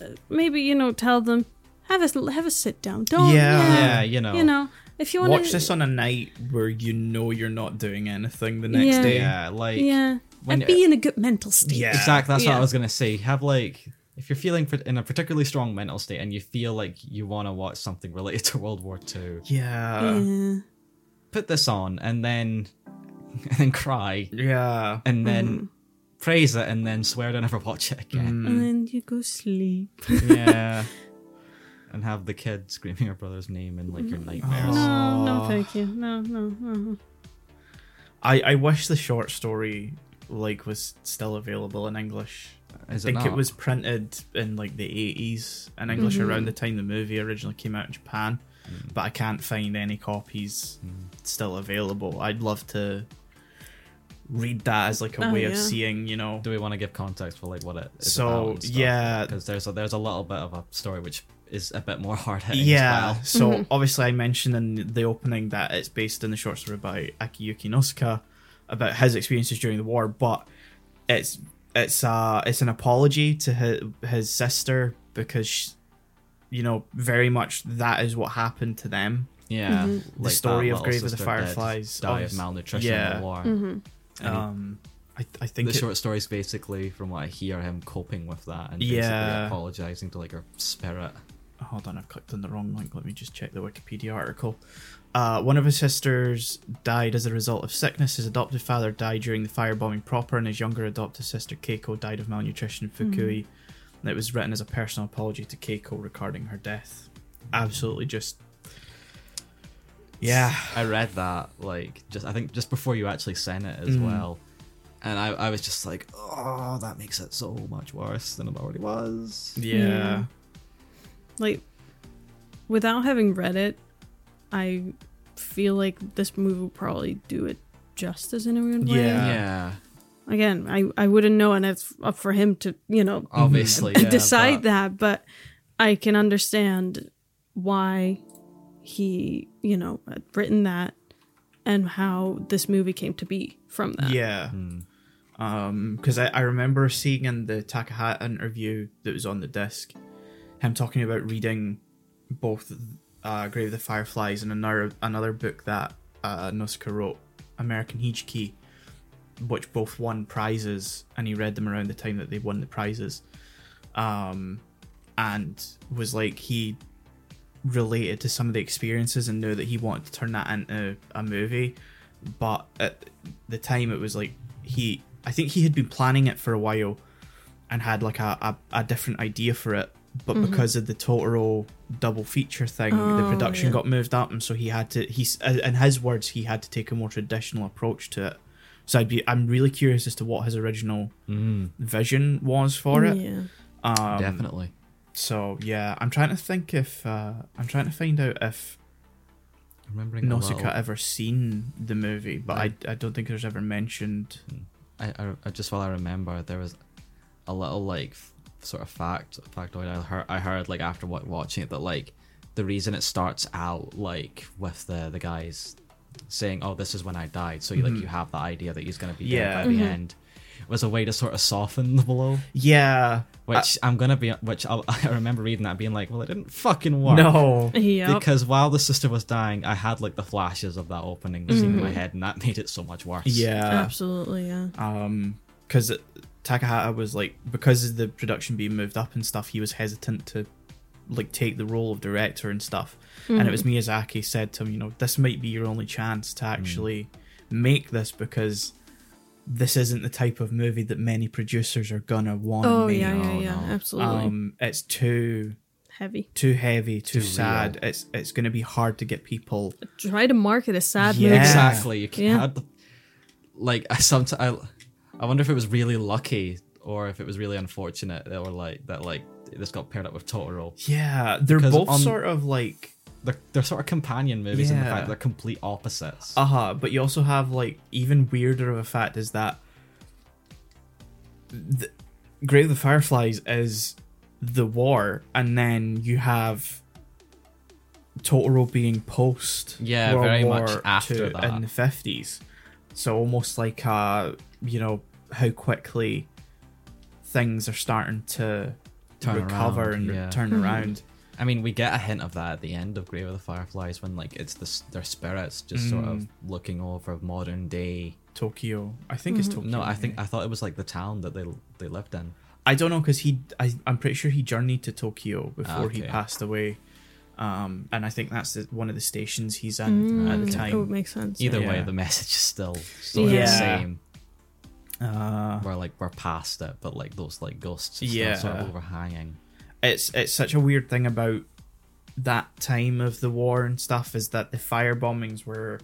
S3: uh, maybe you know tell them have a have a sit down. Don't
S1: Yeah.
S2: yeah, you know,
S3: you know if you want
S1: Watch this on a night where you know you're not doing anything the next
S3: Yeah.
S1: day.
S2: yeah, like
S3: yeah,
S2: when
S3: and be in a good mental state.
S1: Yeah.
S2: Exactly. That's what
S3: Yeah.
S2: I was gonna say. Have like if you're feeling pr- in a particularly strong mental state and you feel like you want to watch something related <laughs> to World War Two,
S1: Yeah.
S3: Yeah.
S2: put this on and then <laughs> and then cry
S1: Yeah.
S2: and then
S3: Mm-hmm.
S2: praise it and then swear to never watch it again.
S3: Uh-huh.
S1: mm. Hmm.
S3: and then you go sleep.
S2: <laughs>
S3: <laughs>
S2: Yeah. And have the kid screaming her brother's name in like your nightmares.
S3: Mm. No, no, thank you. No, no, no.
S1: I, I wish the short story like was still available in English.
S2: Is
S1: I think
S2: it,
S1: it,
S2: not?
S1: was printed in like the 80s in English
S3: Mm-hmm.
S1: around the time the movie originally came out in Japan,
S2: Mm.
S1: but I can't find any copies still available. I'd love to read that as like a
S3: Oh,
S1: way of
S3: yeah.
S1: seeing, you know.
S2: Do we want to give context for like what it is
S1: So yeah,
S2: because there's a, there's a little bit of a story which is a bit more <laughs> hard hitting.
S1: yeah.
S2: as well.
S1: So obviously, I mentioned in the opening that it's based in the short story by Akiyuki Nosuka about his experiences during the war, but it's it's uh it's an apology to his, his sister because sh you know very much that is what happened to them.
S2: Yeah,
S1: The story
S2: that
S1: of
S2: little
S1: Grave of the
S2: sister dead,
S1: Fireflies,
S2: die of
S1: obvious-
S2: malnutrition in
S1: yeah.
S2: the
S3: Mm.
S2: war.
S3: Mm-hmm.
S2: And he-
S1: Um, I I think
S2: the
S1: it-
S2: short story is basically, from what I hear, him coping with that and
S1: Yeah.
S2: basically apologizing to like her spirit.
S1: hold on, I've clicked on the wrong link. Let me just check the Wikipedia article. Uh, one of his sisters died as a result of sickness. His adopted father died during the firebombing proper, and his younger adopted sister Keiko died of malnutrition in Fukui. And It was written as a personal apology to Keiko regarding her death. Absolutely, just yeah,
S2: I read that like just I think just before you actually sent it
S1: Mm.
S2: as well, and I, I was just like, oh, that makes it so much worse than it already was.
S1: yeah,
S3: Like, without having read it, I feel like this movie will probably do it justice in a weird way.
S1: Yeah.
S2: Yeah,
S3: Again, I, I wouldn't know, and it's up for him to, you know, <laughs>
S1: Mm-hmm.
S2: obviously. Oh, yeah,
S3: decide
S2: but-
S3: that, but I can understand why he, you know, had written that and how this movie came to be from that.
S1: yeah. Um, because I, I remember seeing in the Takahata interview that was on the disc, him talking about reading both uh, Grave of the Fireflies and another another book that uh, Nosuke wrote, American Hijiki, which both won prizes, and he read them around the time that they won the prizes, um, and was like he related to some of the experiences and knew that he wanted to turn that into a movie, but at the time it was like he I think he had been planning it for a while and had like a, a, a different idea for it. But because of the Totoro double feature thing, the production got moved up, and so he had to. He's in his words, he had to take a more traditional approach to it. So I'd be, I'm really curious as to what his original
S2: Mm.
S1: vision was for
S2: uh,
S1: it.
S3: Yeah.
S1: Um,
S2: Definitely.
S1: So yeah, I'm trying to think if uh, I'm trying to find out if
S2: Remembering a
S1: Nausicaa
S2: little-
S1: ever seen the movie, but I, I don't think it was ever mentioned.
S2: I, I, I just while I remember there was a little like f- sort of fact factoid I heard I heard like after wa- watching it that like the reason it starts out like with the the guys saying oh this is when I died so you like you have the idea that he's gonna be
S1: Mm-hmm. Yeah. Uh,
S2: dead by the end was a way to sort of soften the blow
S1: Yeah,
S2: which I'm gonna be which I'll, <laughs> I remember reading that and being like well it didn't fucking work
S1: no,
S3: Yep.
S2: because while the sister was dying I had like the flashes of that opening scene in my head and that <laughs> made it so much
S1: <laughs>
S2: worse
S3: <laughs>
S1: yeah,
S3: Absolutely, yeah.
S1: um because takahata was like because of the production being moved up and stuff he was hesitant to like take the role of director and stuff and it was
S3: Hmm.
S1: miyazaki said to him you know this might be your only chance to actually make this because this isn't the type of movie that many producers are gonna want to
S3: Oh
S1: make
S3: yeah, yeah,
S2: no,
S3: yeah,
S2: no.
S3: absolutely.
S1: um it's too
S3: Heavy.
S1: too heavy too,
S2: Too
S1: sad it's it's gonna be hard to get people
S3: Try to market a sad
S1: Yeah.
S3: movie.
S2: Exactly. You can't.
S3: Yeah.
S2: have the- like I sometimes I, I wonder if it was really lucky or if it was really unfortunate that were like that like this got paired up with Totoro.
S1: Yeah, they're
S2: Because
S1: both
S2: on-
S1: sort of like
S2: They're, they're sort of companion movies in the
S1: Yeah.
S2: fact that they're complete opposites.
S1: uh huh, but you also have like even weirder of a fact is that the Grave of the Fireflies is the war, and then you have Totoro being post
S2: Yeah,
S1: World
S2: very
S1: War
S2: much after
S1: II
S2: that.
S1: in the fifties. So almost like uh, you know, how quickly things are starting to
S2: Turn
S1: recover
S2: around,
S1: and re-
S2: yeah.
S1: turn around.
S2: I mean, we get a hint of that at the end of Grave of the Fireflies when like it's the, s- their spirits just sort
S1: Mm.
S2: of looking over modern day.
S1: Tokyo, I think it's Tokyo.
S2: Hmm. No, I think
S1: yeah.
S2: I thought it was like the town that they they lived in.
S1: I don't know because he, I, I'm pretty sure he journeyed to Tokyo before he
S2: Okay.
S1: passed away, um, and I think that's the, one of the stations he's in at the
S3: Mm, That would
S1: time.
S3: make sense.
S2: Either way,
S1: Yeah.
S2: the message is still sort
S3: Yeah.
S2: of the same.
S1: Uh,
S2: We're like we're past it, but like those like ghosts are
S1: Yeah.
S2: still sort of overhanging.
S1: it's it's such a weird thing about that time of the war and stuff is that the fire bombings were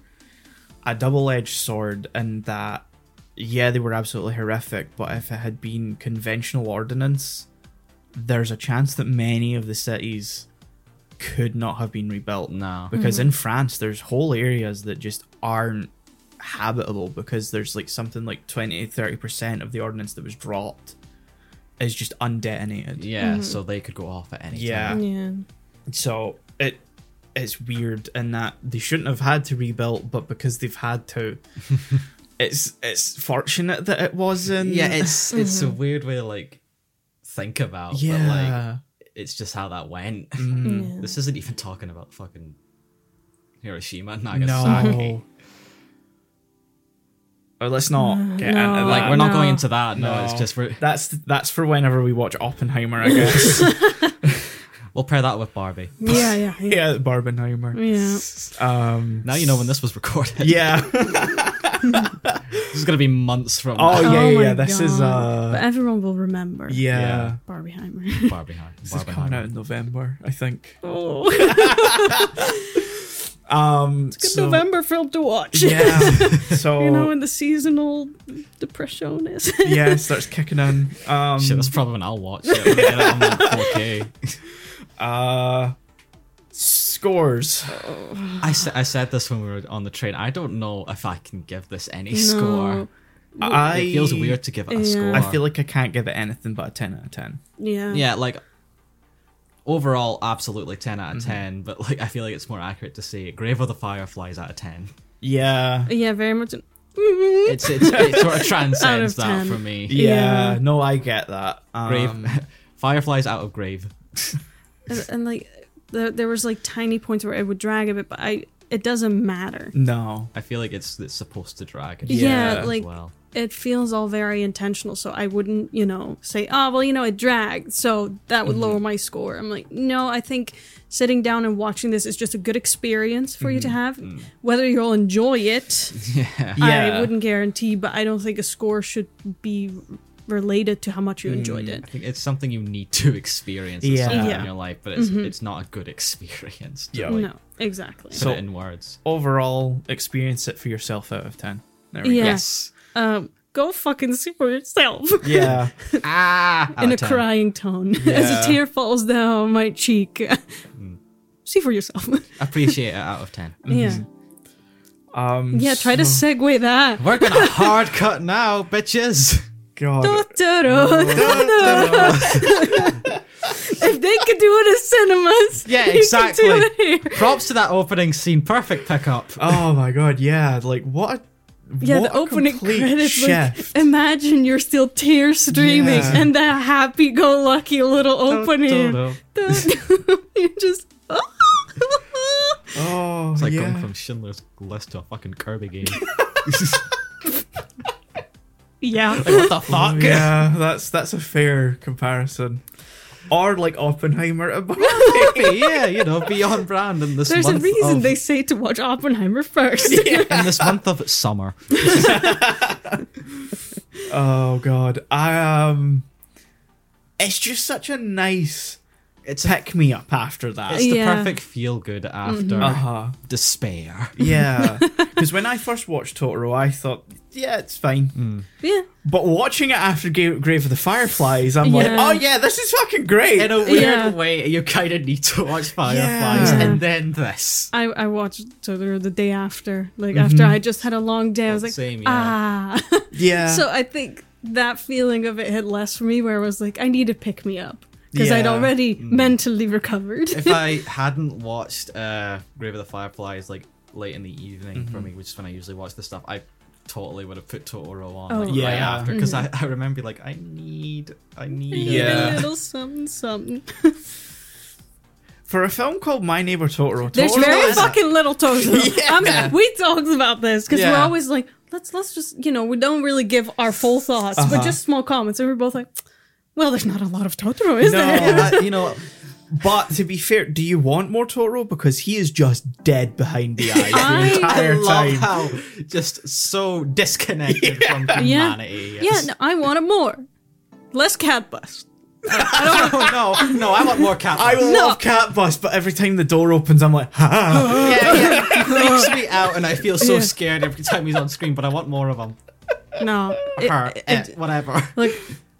S1: a double-edged sword, and that yeah, they were absolutely horrific, but if it had been conventional ordnance, there's a chance that many of the cities could not have been rebuilt.
S2: No.
S1: because in France there's whole areas that just aren't habitable because there's like something like 20 30% of the ordinance that was dropped is just undetonated.
S2: Yeah,
S3: Mm-hmm.
S2: so they could go off at any
S1: Yeah.
S2: time.
S3: Yeah.
S1: So it it's weird in that they shouldn't have had to rebuild but because they've had
S2: <laughs>
S1: to it's it's fortunate that it wasn't.
S2: Yeah, it's it's
S3: Mm-hmm.
S2: a weird way to like think about. But, like,
S1: yeah. Mm-hmm.
S2: it's just how that went. <laughs>
S3: Yeah.
S1: Mm.
S2: This isn't even talking about fucking Hiroshima and Nagasaki.
S1: no. Or let's not get
S3: No.
S1: into
S2: Like
S1: that.
S2: we're not
S3: No.
S2: going into that. No, it's
S1: No.
S2: just we're,
S1: that's that's for whenever we watch Oppenheimer, I
S2: <laughs>
S1: guess.
S2: we'll pair that with Barbie.
S3: Yeah, yeah, yeah.
S1: yeah, Barbenheimer.
S3: Yeah.
S1: Um,
S2: Now you know when this was recorded.
S1: yeah. <laughs>
S2: this is gonna be months from
S1: Oh,
S2: now.
S1: yeah, yeah,
S3: my
S1: yeah, this is, uh,
S3: But everyone will remember.
S1: yeah.
S2: Yeah.
S1: <laughs>
S3: Barbieheimer.
S2: Barbie. Har-
S1: This is
S2: Barbie
S1: coming out
S2: Har-
S1: in November, I think.
S3: Oh,
S1: Um,
S3: good
S1: so-
S3: November film to
S1: <laughs>
S3: watch.
S1: Yeah.
S3: <laughs>
S1: So
S3: you know, when the seasonal depression is. <laughs>
S1: yeah, it starts kicking in. Um,
S2: Shit, that's probably when I'll watch it. When I get it on my
S3: <laughs>
S2: 4K.
S1: uh, scores.
S2: I, sa- I said this when we were on the train. I don't know if I can give this any
S3: No.
S2: score.
S1: I
S2: It feels weird to give it a
S3: Yeah.
S2: score.
S1: I feel like I can't give it anything but a ten out of ten.
S3: Yeah.
S2: yeah, like overall, absolutely ten out of ten. But like, I feel like it's more accurate to say Grave of the Fireflies out of
S3: <laughs>
S2: ten.
S1: Yeah.
S3: Yeah, very much. An,
S1: Mm-hmm.
S2: It's, it's it sort of transcends
S3: Out of
S2: that
S3: 10.
S2: for me.
S1: Yeah.
S3: Yeah.
S1: No, I get that.
S2: Grave
S1: Um,
S2: <laughs> Fireflies out of grave.
S3: and, and, like, the, there was like tiny points where it would drag a bit, but I it doesn't matter.
S1: No.
S2: I feel like it's it's supposed to drag. it
S3: Yeah,
S2: down as
S3: like-
S2: well.
S3: It feels all very intentional, so I wouldn't, you know, say, oh, well, you know, it dragged, so that would lower my score. I'm like, no, I think sitting down and watching this is just a good experience for you to have. Whether you'll enjoy it,
S2: yeah.
S1: Yeah.
S3: I wouldn't guarantee, but I don't think a score should be r- related to how much you enjoyed it.
S2: I think it's something you need to <laughs> experience at some
S1: Yeah.
S2: point
S3: Yeah. Mm-hmm.
S2: in your life, but it's it's not a good experience. To
S1: Yeah.
S2: like,
S3: no, exactly.
S2: put
S1: So-
S2: it in words.
S1: Overall, experience it for yourself out of ten. There we
S3: Yeah. <laughs>
S2: Yes.
S3: Um, go fucking see for yourself. <laughs>
S1: go. Yeah.
S2: ah. out
S3: In
S2: of
S3: a
S2: 10.
S3: crying tone, <laughs> as
S1: Yeah.
S3: a tear falls down my cheek. See for yourself. <laughs>
S2: Mm-hmm. Appreciate it out of ten.
S3: yeah,
S1: Um. <laughs>
S3: yeah. Try to segue that.
S2: We're gonna hard cut now, bitches.
S1: God.
S3: Totoro. <laughs> if they could do it in cinemas,
S2: Yeah,
S3: you can do
S2: exactly.
S3: it here.
S2: Props to that opening scene. Perfect pickup.
S1: Oh my god, yeah. Like what? a-
S3: Yeah,
S1: what a
S3: the opening
S1: complete
S3: credits. Like, <laughs>
S1: shift.
S3: imagine you're still tear streaming
S1: Yeah.
S3: and that happy-go-lucky little opening.
S2: It's
S3: <laughs> you just.
S1: oh,
S2: like
S1: yeah.
S2: going from Schindler's List to a fucking Kirby game.
S3: yeah.
S2: like, what the
S1: Oh,
S2: fuck? <laughs>
S1: yeah, that's that's a fair comparison. Or like
S2: <laughs>
S1: Oppenheimer <laughs> at Barbie.
S2: yeah, you know, beyond brand in this
S3: There's a
S2: month
S3: reason
S2: of,
S3: they say to watch
S2: <laughs>
S3: Oppenheimer first.
S2: in this month of summer.
S1: oh god, I um, it's just such a nice
S2: it's a,
S1: pick me up after that.
S2: it's the
S3: Yeah.
S2: perfect feel good after
S1: Uh huh.
S2: despair.
S1: Yeah. <laughs> Because when I first watched Totoro, I thought, yeah, it's fine.
S2: Mm.
S3: Yeah.
S1: But watching it after Ga- Grave of the Fireflies, I'm like,
S3: Yeah.
S1: oh yeah, this is fucking great.
S2: In a weird
S3: Yeah.
S2: way, you kind of need to watch Fireflies
S1: Yeah.
S2: and then this.
S3: I, I watched Totoro the day after. Like after I just had a long day, I was like,
S2: Mm-hmm. Same, yeah.
S3: ah. <laughs>
S1: yeah.
S3: so I think that feeling of it had less for me, where I was like, I need to pick me up because I'd
S1: Yeah. Mm.
S3: already mentally recovered.
S2: if I hadn't watched uh, Grave of the Fireflies like late in the evening for me, which is when I usually watch this stuff, I totally would have put Totoro on
S3: Oh. Mm.
S2: like,
S1: Yeah.
S2: right after because I, I remember like I need I need it.
S1: Yeah.
S3: a <laughs> little
S1: <laughs>
S3: something, something.
S1: For a film called My Neighbor Totoro,
S3: There's
S1: Totoro
S3: very
S1: is a-
S3: fucking little
S1: <laughs>
S3: Totoro.
S1: Yeah.
S3: I'm- we talked about this because we're
S1: Yeah.
S3: always like, let's let's just you know we don't really give our full thoughts, but
S1: Uh-huh.
S3: just small comments, and we're both like, well, there's not a lot of Totoro, is
S1: No. <laughs>
S3: there?
S2: Uh, you know,
S1: But to be fair, do you want more Totoro? Because he is just dead behind the eyes
S3: I
S1: the
S2: I
S1: entire
S2: love
S1: time.
S2: how <laughs> just so disconnected from humanity.
S3: Yeah,
S2: Yes.
S3: no, I wanted more, less cat bust.
S2: <laughs> no, Oh, no, no, I want more cat.
S1: I
S2: Bus.
S1: love Cat Bus, but every time the door opens, I'm like, <laughs> ha.
S2: Yeah, yeah. He freaks me out, and I feel so
S3: Yeah.
S2: scared every time he's on screen. But I want more of him.
S3: No, it-
S2: Her,
S3: it-
S2: it, whatever.
S3: Look,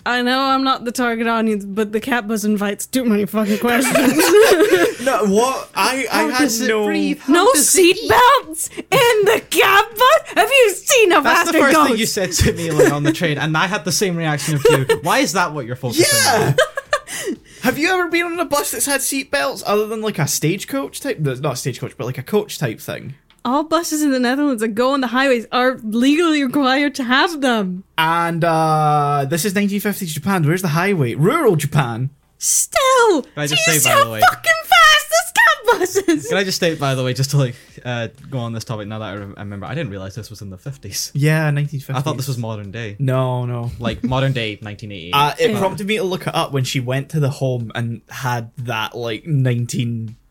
S3: I know I'm not the target audience, but the cat bus invites too many fucking questions.
S1: no, what? I, I had no.
S3: no seat belts in the cat bus. Have you seen how
S2: That's
S3: fast
S2: the
S3: it
S2: first
S3: goes?
S2: thing you said to me like, on the train, and I had the same reaction of you. Why is that what you're focusing
S1: Yeah.
S3: <laughs>
S2: on?
S1: Have you ever been on a bus that's had seatbelts other than like a stagecoach type? No, not a stagecoach, but like a coach type thing.
S3: All buses in the Netherlands that go on the highways are legally required to have them.
S1: And uh, this is 1950s Japan. Where's the highway? Rural Japan.
S3: Still, do
S2: I
S3: you
S2: just say,
S3: see
S2: by the
S3: how
S2: way-
S3: fucking fast this cat bus is? <laughs>
S2: Can I just state, by the way, just to like uh, go on this topic? Now that I, rem- I remember, I didn't realize this was in the 50s.
S1: Yeah, 1950s.
S2: I thought this was modern day,
S1: No, no.
S2: like modern day 1988.
S1: Uh, it
S3: Yeah.
S1: prompted me to look it up when she went to the home and had that like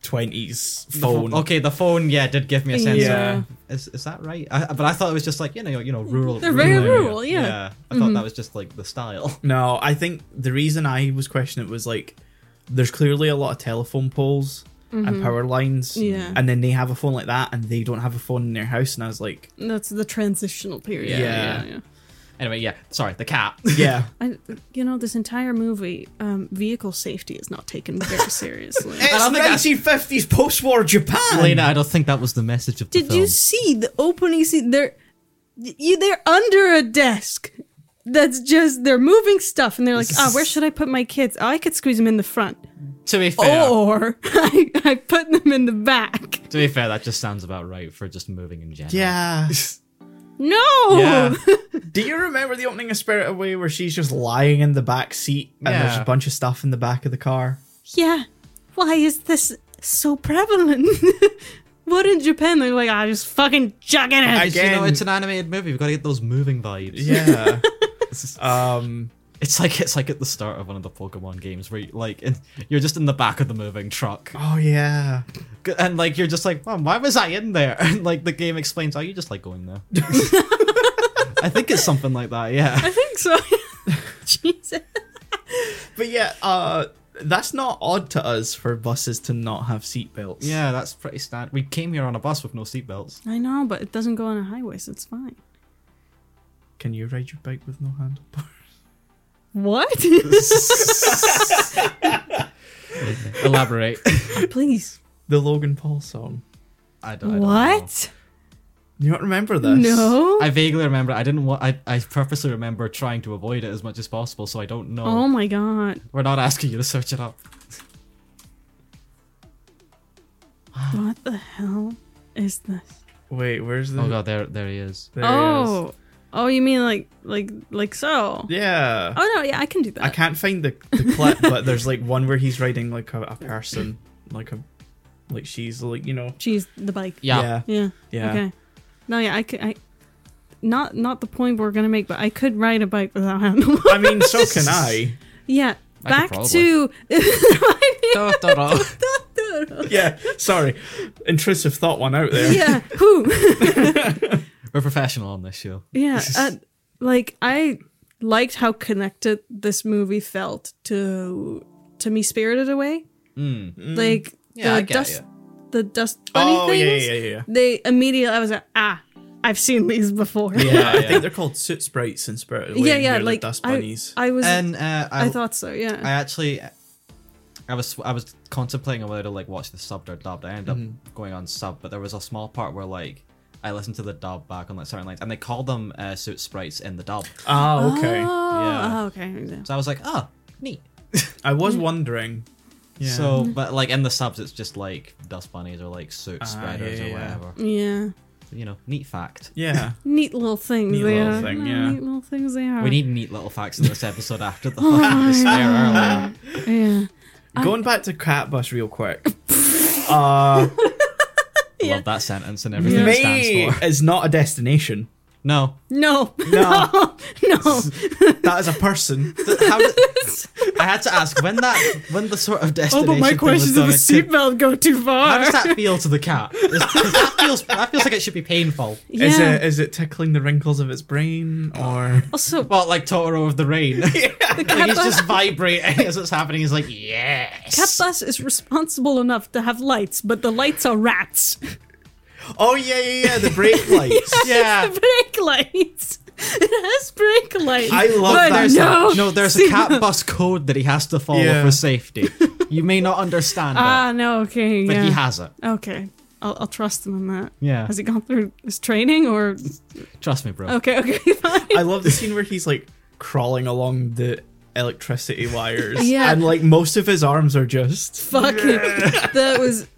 S1: 1920s
S2: The pho-
S1: phone.
S2: Okay, the phone, yeah, did give me a sense.
S1: Yeah.
S2: Of, is, is that right? I, but I thought it was just like you know, you know, rural.
S3: They're very
S2: area.
S3: rural, yeah. Mm-hmm.
S2: I thought that was just like the style. <laughs>
S1: No, I think the reason I was questioning it was like there's clearly a lot of telephone poles
S2: Mm-hmm.
S1: and power lines.
S3: Yeah.
S1: And then they have a phone like that and they don't have a phone in their house. And I was
S2: <laughs>
S1: like,
S3: That's the transitional period.
S2: Yeah.
S3: yeah, yeah.
S2: Anyway, yeah. Sorry, the cat.
S1: yeah.
S3: I, you know, this entire movie, um, vehicle safety is not taken very seriously.
S1: It's
S2: don't think that's-
S1: 1950s post war Japan.
S2: Lena, I don't think that was the message of the
S3: Did
S2: film.
S3: you see the opening scene? They're you, they're under a desk. That's just they're moving stuff, and they're like, "Ah, where should I put my kids? Oh, I could squeeze them in the front,
S2: to be fair,
S3: or <laughs> I, I put them in the back."
S2: to be fair, that just sounds about right for just moving in general. <laughs>
S1: Yeah.
S3: No,
S2: Yeah.
S1: Do you remember the opening of Spirit Away where she's just lying in the back seat and there's
S2: Yeah.
S1: a bunch of stuff in the back of the car?
S3: Yeah. Why is this so prevalent? <laughs> what in Japan? They're like, "I just fucking chuck it in."
S1: I-
S2: Just, you know,
S1: Again.
S2: it's an animated movie. We've got to get those moving vibes. <laughs>
S1: Yeah. um.
S2: It's like it's like at the start of one of the Pokemon games where you, like and you're just in the back of the moving truck
S1: Oh yeah.
S2: and like you're just like, Mom, why was I in there? <laughs> And like the game explains, oh, you just like going <laughs> there. I think it's something like that. Yeah.
S3: <laughs> I think so. <laughs> Jesus.
S1: But yeah. Uh. That's not odd to us for buses to not have seatbelts.
S2: Yeah, that's pretty standard. We came here on a bus with no seatbelts.
S3: I know, but it doesn't go on a highway, so it's fine.
S1: Can you ride your bike with no handlebars?
S3: What?
S2: <laughs>
S3: <laughs>
S2: Elaborate.
S3: Please.
S1: <laughs> The Logan Paul song.
S2: I don't, I don't know.
S3: What?
S1: You don't remember this?
S3: No.
S2: I vaguely remember. I didn't want. I, I purposely remember trying to avoid it as much as possible, so I don't know.
S3: oh my god.
S2: We're not asking you to search it up.
S3: What the hell is this?
S1: Wait. Where's the?
S2: Oh god, there there he is.
S1: There It is.
S3: oh. Oh, you mean like like like so?
S1: Yeah.
S3: Oh no, yeah, I can do that.
S1: I can't find the,
S3: <laughs>
S1: the clip, but there's like one where he's riding like a, a person, like a like she's like you know.
S3: She's the bike.
S2: Yeah.
S1: Yeah.
S3: Yeah.
S1: Yeah.
S3: Okay. No, yeah, I could I not not the point we're gonna make, but I could ride a bike without handlebars.
S1: I mean, so can I.
S3: <laughs> yeah.
S2: I could
S3: Back
S2: probably.
S3: to <laughs>
S2: Totoro.
S1: Yeah. Sorry. Intrusive thought one out there.
S3: Yeah. Who?
S2: <laughs> We're professional on this show.
S3: Yeah, uh, like I liked how connected this movie felt to to me spirited away like
S2: Hmm. Yeah, I
S3: the
S2: get
S3: dust,
S2: ya.
S3: the dust bunny
S1: Oh yeah,
S3: things.
S1: yeah, yeah, yeah.
S3: They immediately, I was like, ah, I've seen these before. <laughs>
S1: Yeah, <laughs> I
S2: Yeah.
S1: think they're called soot sprites in Spirit of the Wind.
S3: yeah, yeah.
S1: They're the
S3: Like
S1: dust
S3: I, Ah.
S1: bunnies.
S3: I was,
S2: And uh, I,
S3: I thought so. Yeah.
S2: I actually, I was I was contemplating on whether to like watch the subbed or dubbed. I ended
S1: Mm-hmm.
S2: up going on sub, but there was a small part where like I listened to the dub back on like certain lines, and they called them uh, suit sprites in the dub.
S1: oh, okay.
S3: Oh,
S2: Yeah.
S3: oh, okay. yeah.
S2: So I was like, oh, neat.
S1: I was wondering. Yeah.
S2: So, but like in the subs, it's just like dust bunnies or like suit
S1: Ah,
S2: spreaders
S1: yeah,
S2: or
S1: yeah.
S2: whatever.
S3: Yeah.
S2: You know, neat fact.
S3: <laughs>
S1: yeah,
S3: Neat little things
S1: Neat
S3: they
S1: little
S3: are.
S1: thing,
S3: Oh,
S1: yeah.
S3: Neat little things they are.
S2: We need neat little facts in this episode
S1: <laughs>
S2: after the <laughs> fucking despair earlier.
S3: yeah.
S1: going back to Catbus real
S3: <laughs>
S1: quick. uh,
S2: I Love that sentence and everything it
S1: May
S2: stands for.
S1: is not a destination.
S2: No.
S3: No. <laughs>
S1: No,
S3: no.
S1: that is a person.
S2: Th- how did- I had to ask when that when the sort of
S3: Oh,
S2: destination.
S3: but my
S2: thing
S3: questions
S2: was
S3: of the
S2: done, it took-
S3: seatbelt go too
S2: How
S3: far. <laughs>
S2: does that feel to the cat? Is- does that feels that feels like it should be painful.
S3: yeah.
S1: Is it is it tickling the wrinkles of its brain or?
S3: also,
S2: Well, like Totoro of the Rain.
S3: the
S2: Like,
S3: cat
S2: he's
S3: bus,
S2: just vibrating as it's happening. He's like, yes.
S3: cat bus is responsible enough to have lights, but the lights are rats.
S1: <laughs> Oh yeah, yeah, yeah. The
S3: <laughs>
S1: brake lights.
S2: Yeah.
S3: brake lights. It has brake lights.
S1: I love
S3: but
S1: that.
S2: There's
S3: No,
S2: a, no, there's
S3: <laughs>
S2: a cat bus code that he has to follow
S1: Yeah.
S2: for safety. You may not understand
S3: Ah,
S2: it,
S3: no. Okay.
S2: but
S3: yeah.
S2: he has it.
S3: Okay. I'll, I'll trust him on that.
S2: Yeah.
S3: Has he gone through his training or?
S2: Trust me, bro.
S3: Okay. Okay. <laughs> Fine.
S1: I love the scene where he's like crawling along the electricity wires.
S3: Yeah.
S1: And like most of his arms are just
S3: Fuck it. That was.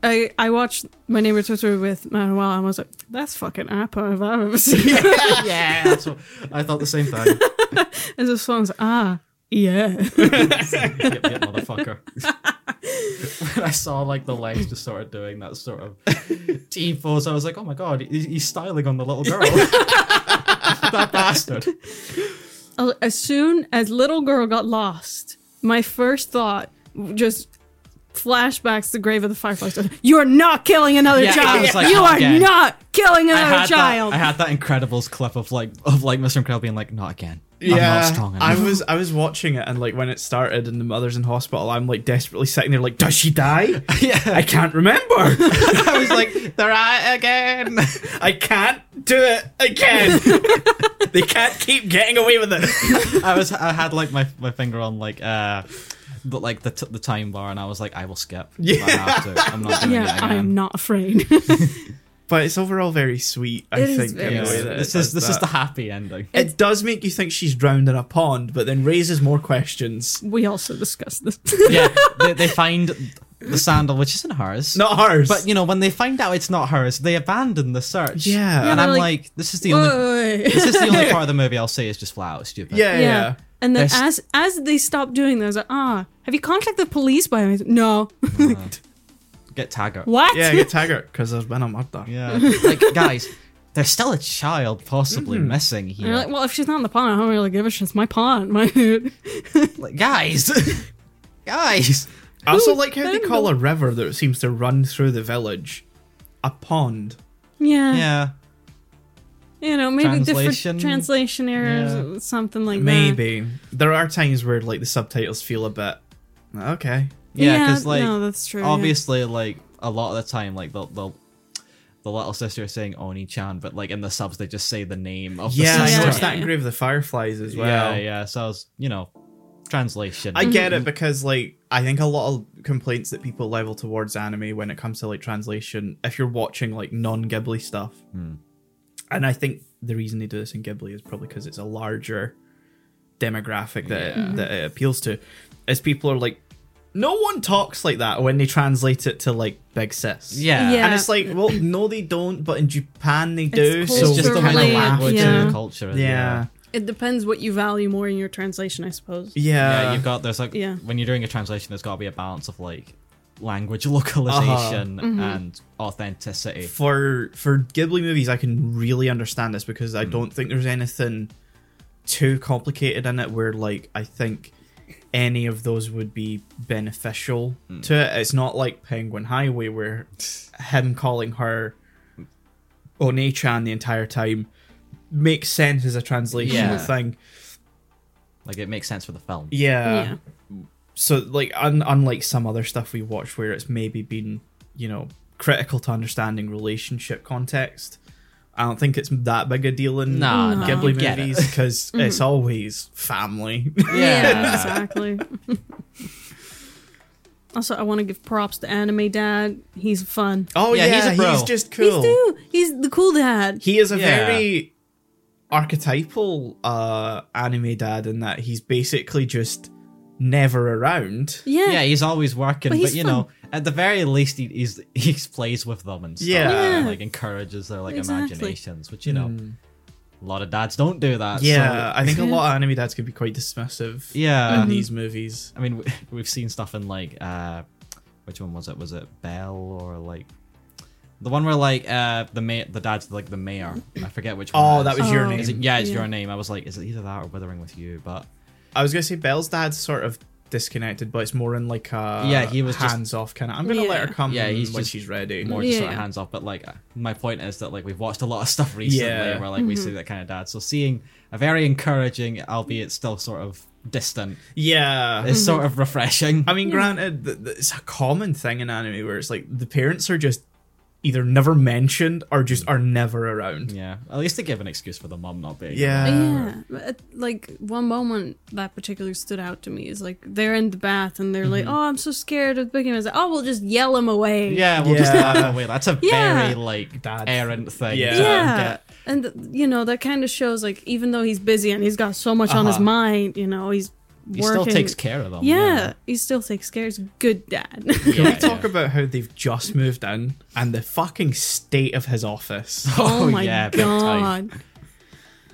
S3: I, I watched my neighbor Twitter with Manuel and I was like, that's fucking Appa if I've ever seen it.
S2: <laughs> yeah. that's what- I thought the same thing.
S3: And this song's ah yeah.
S2: yep, yep, <laughs> motherfucker. when I saw like the legs just sort of doing that sort of T pose, I was like, oh my god, he- he's styling on the little <laughs> girl. that bastard.
S3: As soon as little girl got lost, my first thought just flashbacks to Grave of the Fireflies. You are not killing another
S2: Yeah, I
S3: child.
S2: was like,
S3: you
S2: oh,
S3: are
S2: again."
S3: not killing
S2: I
S3: another
S2: had,
S3: child.
S2: That, I had that Incredibles clip of like of like Mr. Incredible being like, not again. I'm
S1: yeah,
S2: not strong enough.
S1: I was I was watching it and like when it started and the mother's in hospital, I'm like desperately sitting there like, does she
S2: <laughs>
S1: die? I
S2: <laughs> yeah,
S1: can't remember.
S2: I was like, they're at it again.
S1: I can't do it again. they can't keep getting away with it.
S2: <laughs> I was I had like my, my finger on like uh the, like the t- the time bar and I was like I will skip. Yeah. I have to. I'm not doing it
S3: yeah,
S2: again.
S3: I am not
S2: <laughs>
S3: afraid.
S1: But it's overall very sweet. I
S3: It is
S1: think
S3: very
S1: in the way
S3: sweet.
S1: that it
S2: this is
S1: does
S2: this is
S1: that.
S2: the happy ending.
S1: It does make you think she's drowned in a pond, but then raises more questions.
S3: we also discussed this.
S2: yeah, they, they find the sandal, which isn't hers.
S1: Not hers.
S2: But you know, when they find out it's not hers, they abandon the search.
S1: Yeah. Yeah,
S2: and
S3: they're
S2: I'm like,
S3: like,
S2: this is the only
S3: <laughs> Oi.
S2: this is the only part of the movie I'll say is just flat out stupid.
S1: yeah, yeah,
S3: yeah.
S1: yeah.
S3: And then
S2: There's-
S3: as as they stopped doing that, I was like, ah, have you contacted the police by any No. <laughs>
S2: get Taggart.
S3: what?
S1: Yeah,
S3: <laughs>
S1: get Taggart because there's been a murder.
S2: Yeah, like guys, there's still a child
S1: Mm-hmm.
S2: possibly missing
S3: And
S2: here.
S3: you're like, well, if she's not in the pond, I don't really give a shit. It's my pond, <laughs> my
S2: Like, guys, <laughs> guys.
S3: <laughs>
S1: I also
S3: Ooh,
S1: like how they
S3: Bendel.
S1: call a river that seems to run through the village a pond.
S3: yeah.
S2: Yeah,
S3: You know, maybe
S2: Translation?
S3: different translation errors,
S2: Yeah.
S3: or something like that.
S1: Maybe there are times where like the subtitles feel a bit okay.
S2: yeah, because like
S3: no, that's true. yeah.
S2: obviously like a lot of the time like the the the little sister is saying Oni Chan, but like in the subs they just say the name of
S1: Yeah,
S2: the
S1: I
S2: sister.
S1: noticed
S3: Yeah.
S1: that in Grave of the Fireflies as well.
S2: Yeah, yeah. So I was, you know, translation.
S1: I get it because like I think a lot of complaints that people level towards anime when it comes to like translation, if you're watching like non Ghibli stuff, and I think the reason they do this in Ghibli is probably because it's a larger demographic that it, that it appeals to, is people are like, no one talks like that when they translate it to like big sis,
S2: yeah.
S3: Yeah.
S1: and it's like, well, no, they don't, but in Japan they do,
S3: It's
S1: so
S2: It's just the way
S1: kinda
S2: the
S3: Culturally,
S1: laugh.
S2: language
S3: yeah.
S2: and the culture. Is,
S1: yeah,
S3: it depends what you value more in your translation, I suppose.
S1: yeah,
S2: yeah. You've got there's like
S3: Yeah.
S2: when you're doing a translation, there's got to be a balance of like language <laughs> localization
S1: Uh-huh. Mm-hmm.
S2: and authenticity.
S1: for for Ghibli movies, I can really understand this because
S2: Hmm.
S1: I don't think there's anything too complicated in it where like I think any of those would be beneficial
S2: Hmm.
S1: to it. It's not like Penguin Highway where him calling her Onechan the entire time makes sense as a translational
S2: Yeah.
S1: thing.
S2: Like it makes sense for the film.
S1: Yeah.
S3: yeah.
S1: so like un- unlike some other stuff we watch where it's maybe been you know critical to understanding relationship context i don't think it's that big a deal in
S2: Nah,
S3: nah,
S1: ghibli
S2: you get it. Mm-hmm.
S1: movies because it's always family <laughs>
S2: <laughs>
S3: Yeah, exactly. <laughs> also, I want to give props to Anime Dad. He's fun.
S1: oh yeah,
S2: Yeah, he's a bro.
S1: he's just cool
S3: He's too. He's the cool dad.
S1: he is a
S2: Yeah.
S1: very archetypal uh anime dad in that he's basically just never around
S3: Yeah.
S2: yeah, he's always working,
S3: But
S2: but,
S3: he's
S2: you
S3: fun.
S2: know, at the very least, he he's, he plays with them and stuff,
S1: Yeah.
S2: and,
S3: Yeah.
S2: like encourages their like
S3: Exactly.
S2: imaginations, which you know, a lot of dads don't do that. so-
S1: Mm. yeah i think Mm-hmm. a
S3: Yeah.
S1: lot of anime dads could be quite dismissive
S2: <laughs> yeah.
S1: in these movies
S2: I mean, we- <laughs> we've seen stuff in like, uh, which one was it? Was it Bell or like the one where like uh the mayor, the dad's like the mayor? I forget which one.
S1: oh
S2: it
S1: that
S2: is.
S1: was your
S3: Oh.
S1: name
S2: Is it, yeah, it's
S3: Yeah.
S2: your name. I was like, is it either that or Withering with You? But
S1: I was gonna say Belle's dad's sort of disconnected, but it's more in like a
S2: Yeah, he was just-
S1: hands off kind of. I'm gonna let
S3: Yeah.
S1: her come
S2: Yeah, he's
S1: when
S2: just
S1: she's ready.
S2: more just sort of
S3: Yeah.
S2: hands off. But like, my point is that like we've watched a lot of stuff <laughs> recently
S1: Yeah.
S2: where like
S3: Mm-hmm.
S2: we see that kind of dad. So seeing a very encouraging, albeit still sort of distant,
S1: yeah.
S2: is sort of refreshing.
S1: Mm-hmm. I mean, granted, th- th- it's a common thing in anime where it's like the parents are just either never mentioned or just are never around.
S2: yeah, at least they give an excuse for the mum not being.
S1: Yeah.
S3: yeah. But, uh, Like one moment that particular stood out to me is like they're in the bath and they're like, "Oh, I'm so scared of Big," and I was like, "Oh, we'll just yell him away."
S2: Yeah, we'll just
S1: Yeah.
S2: have that way. That's a
S3: Yeah.
S2: very like
S1: Dad.
S2: errant thing.
S1: Yeah.
S2: to
S3: yeah
S2: get.
S3: and th- you know that kind of shows like even though he's busy and he's got so much on his
S1: Uh-huh.
S3: mind you know he's
S2: He
S3: working
S2: still takes care of them.
S3: yeah,
S2: <laughs>
S3: he still takes care he's a good dad
S1: Can
S2: Yeah,
S1: we talk
S2: yeah.
S1: about how they've just moved in and the fucking state of his
S2: <laughs>
S1: office?
S3: <laughs> oh, my
S2: big time.
S3: god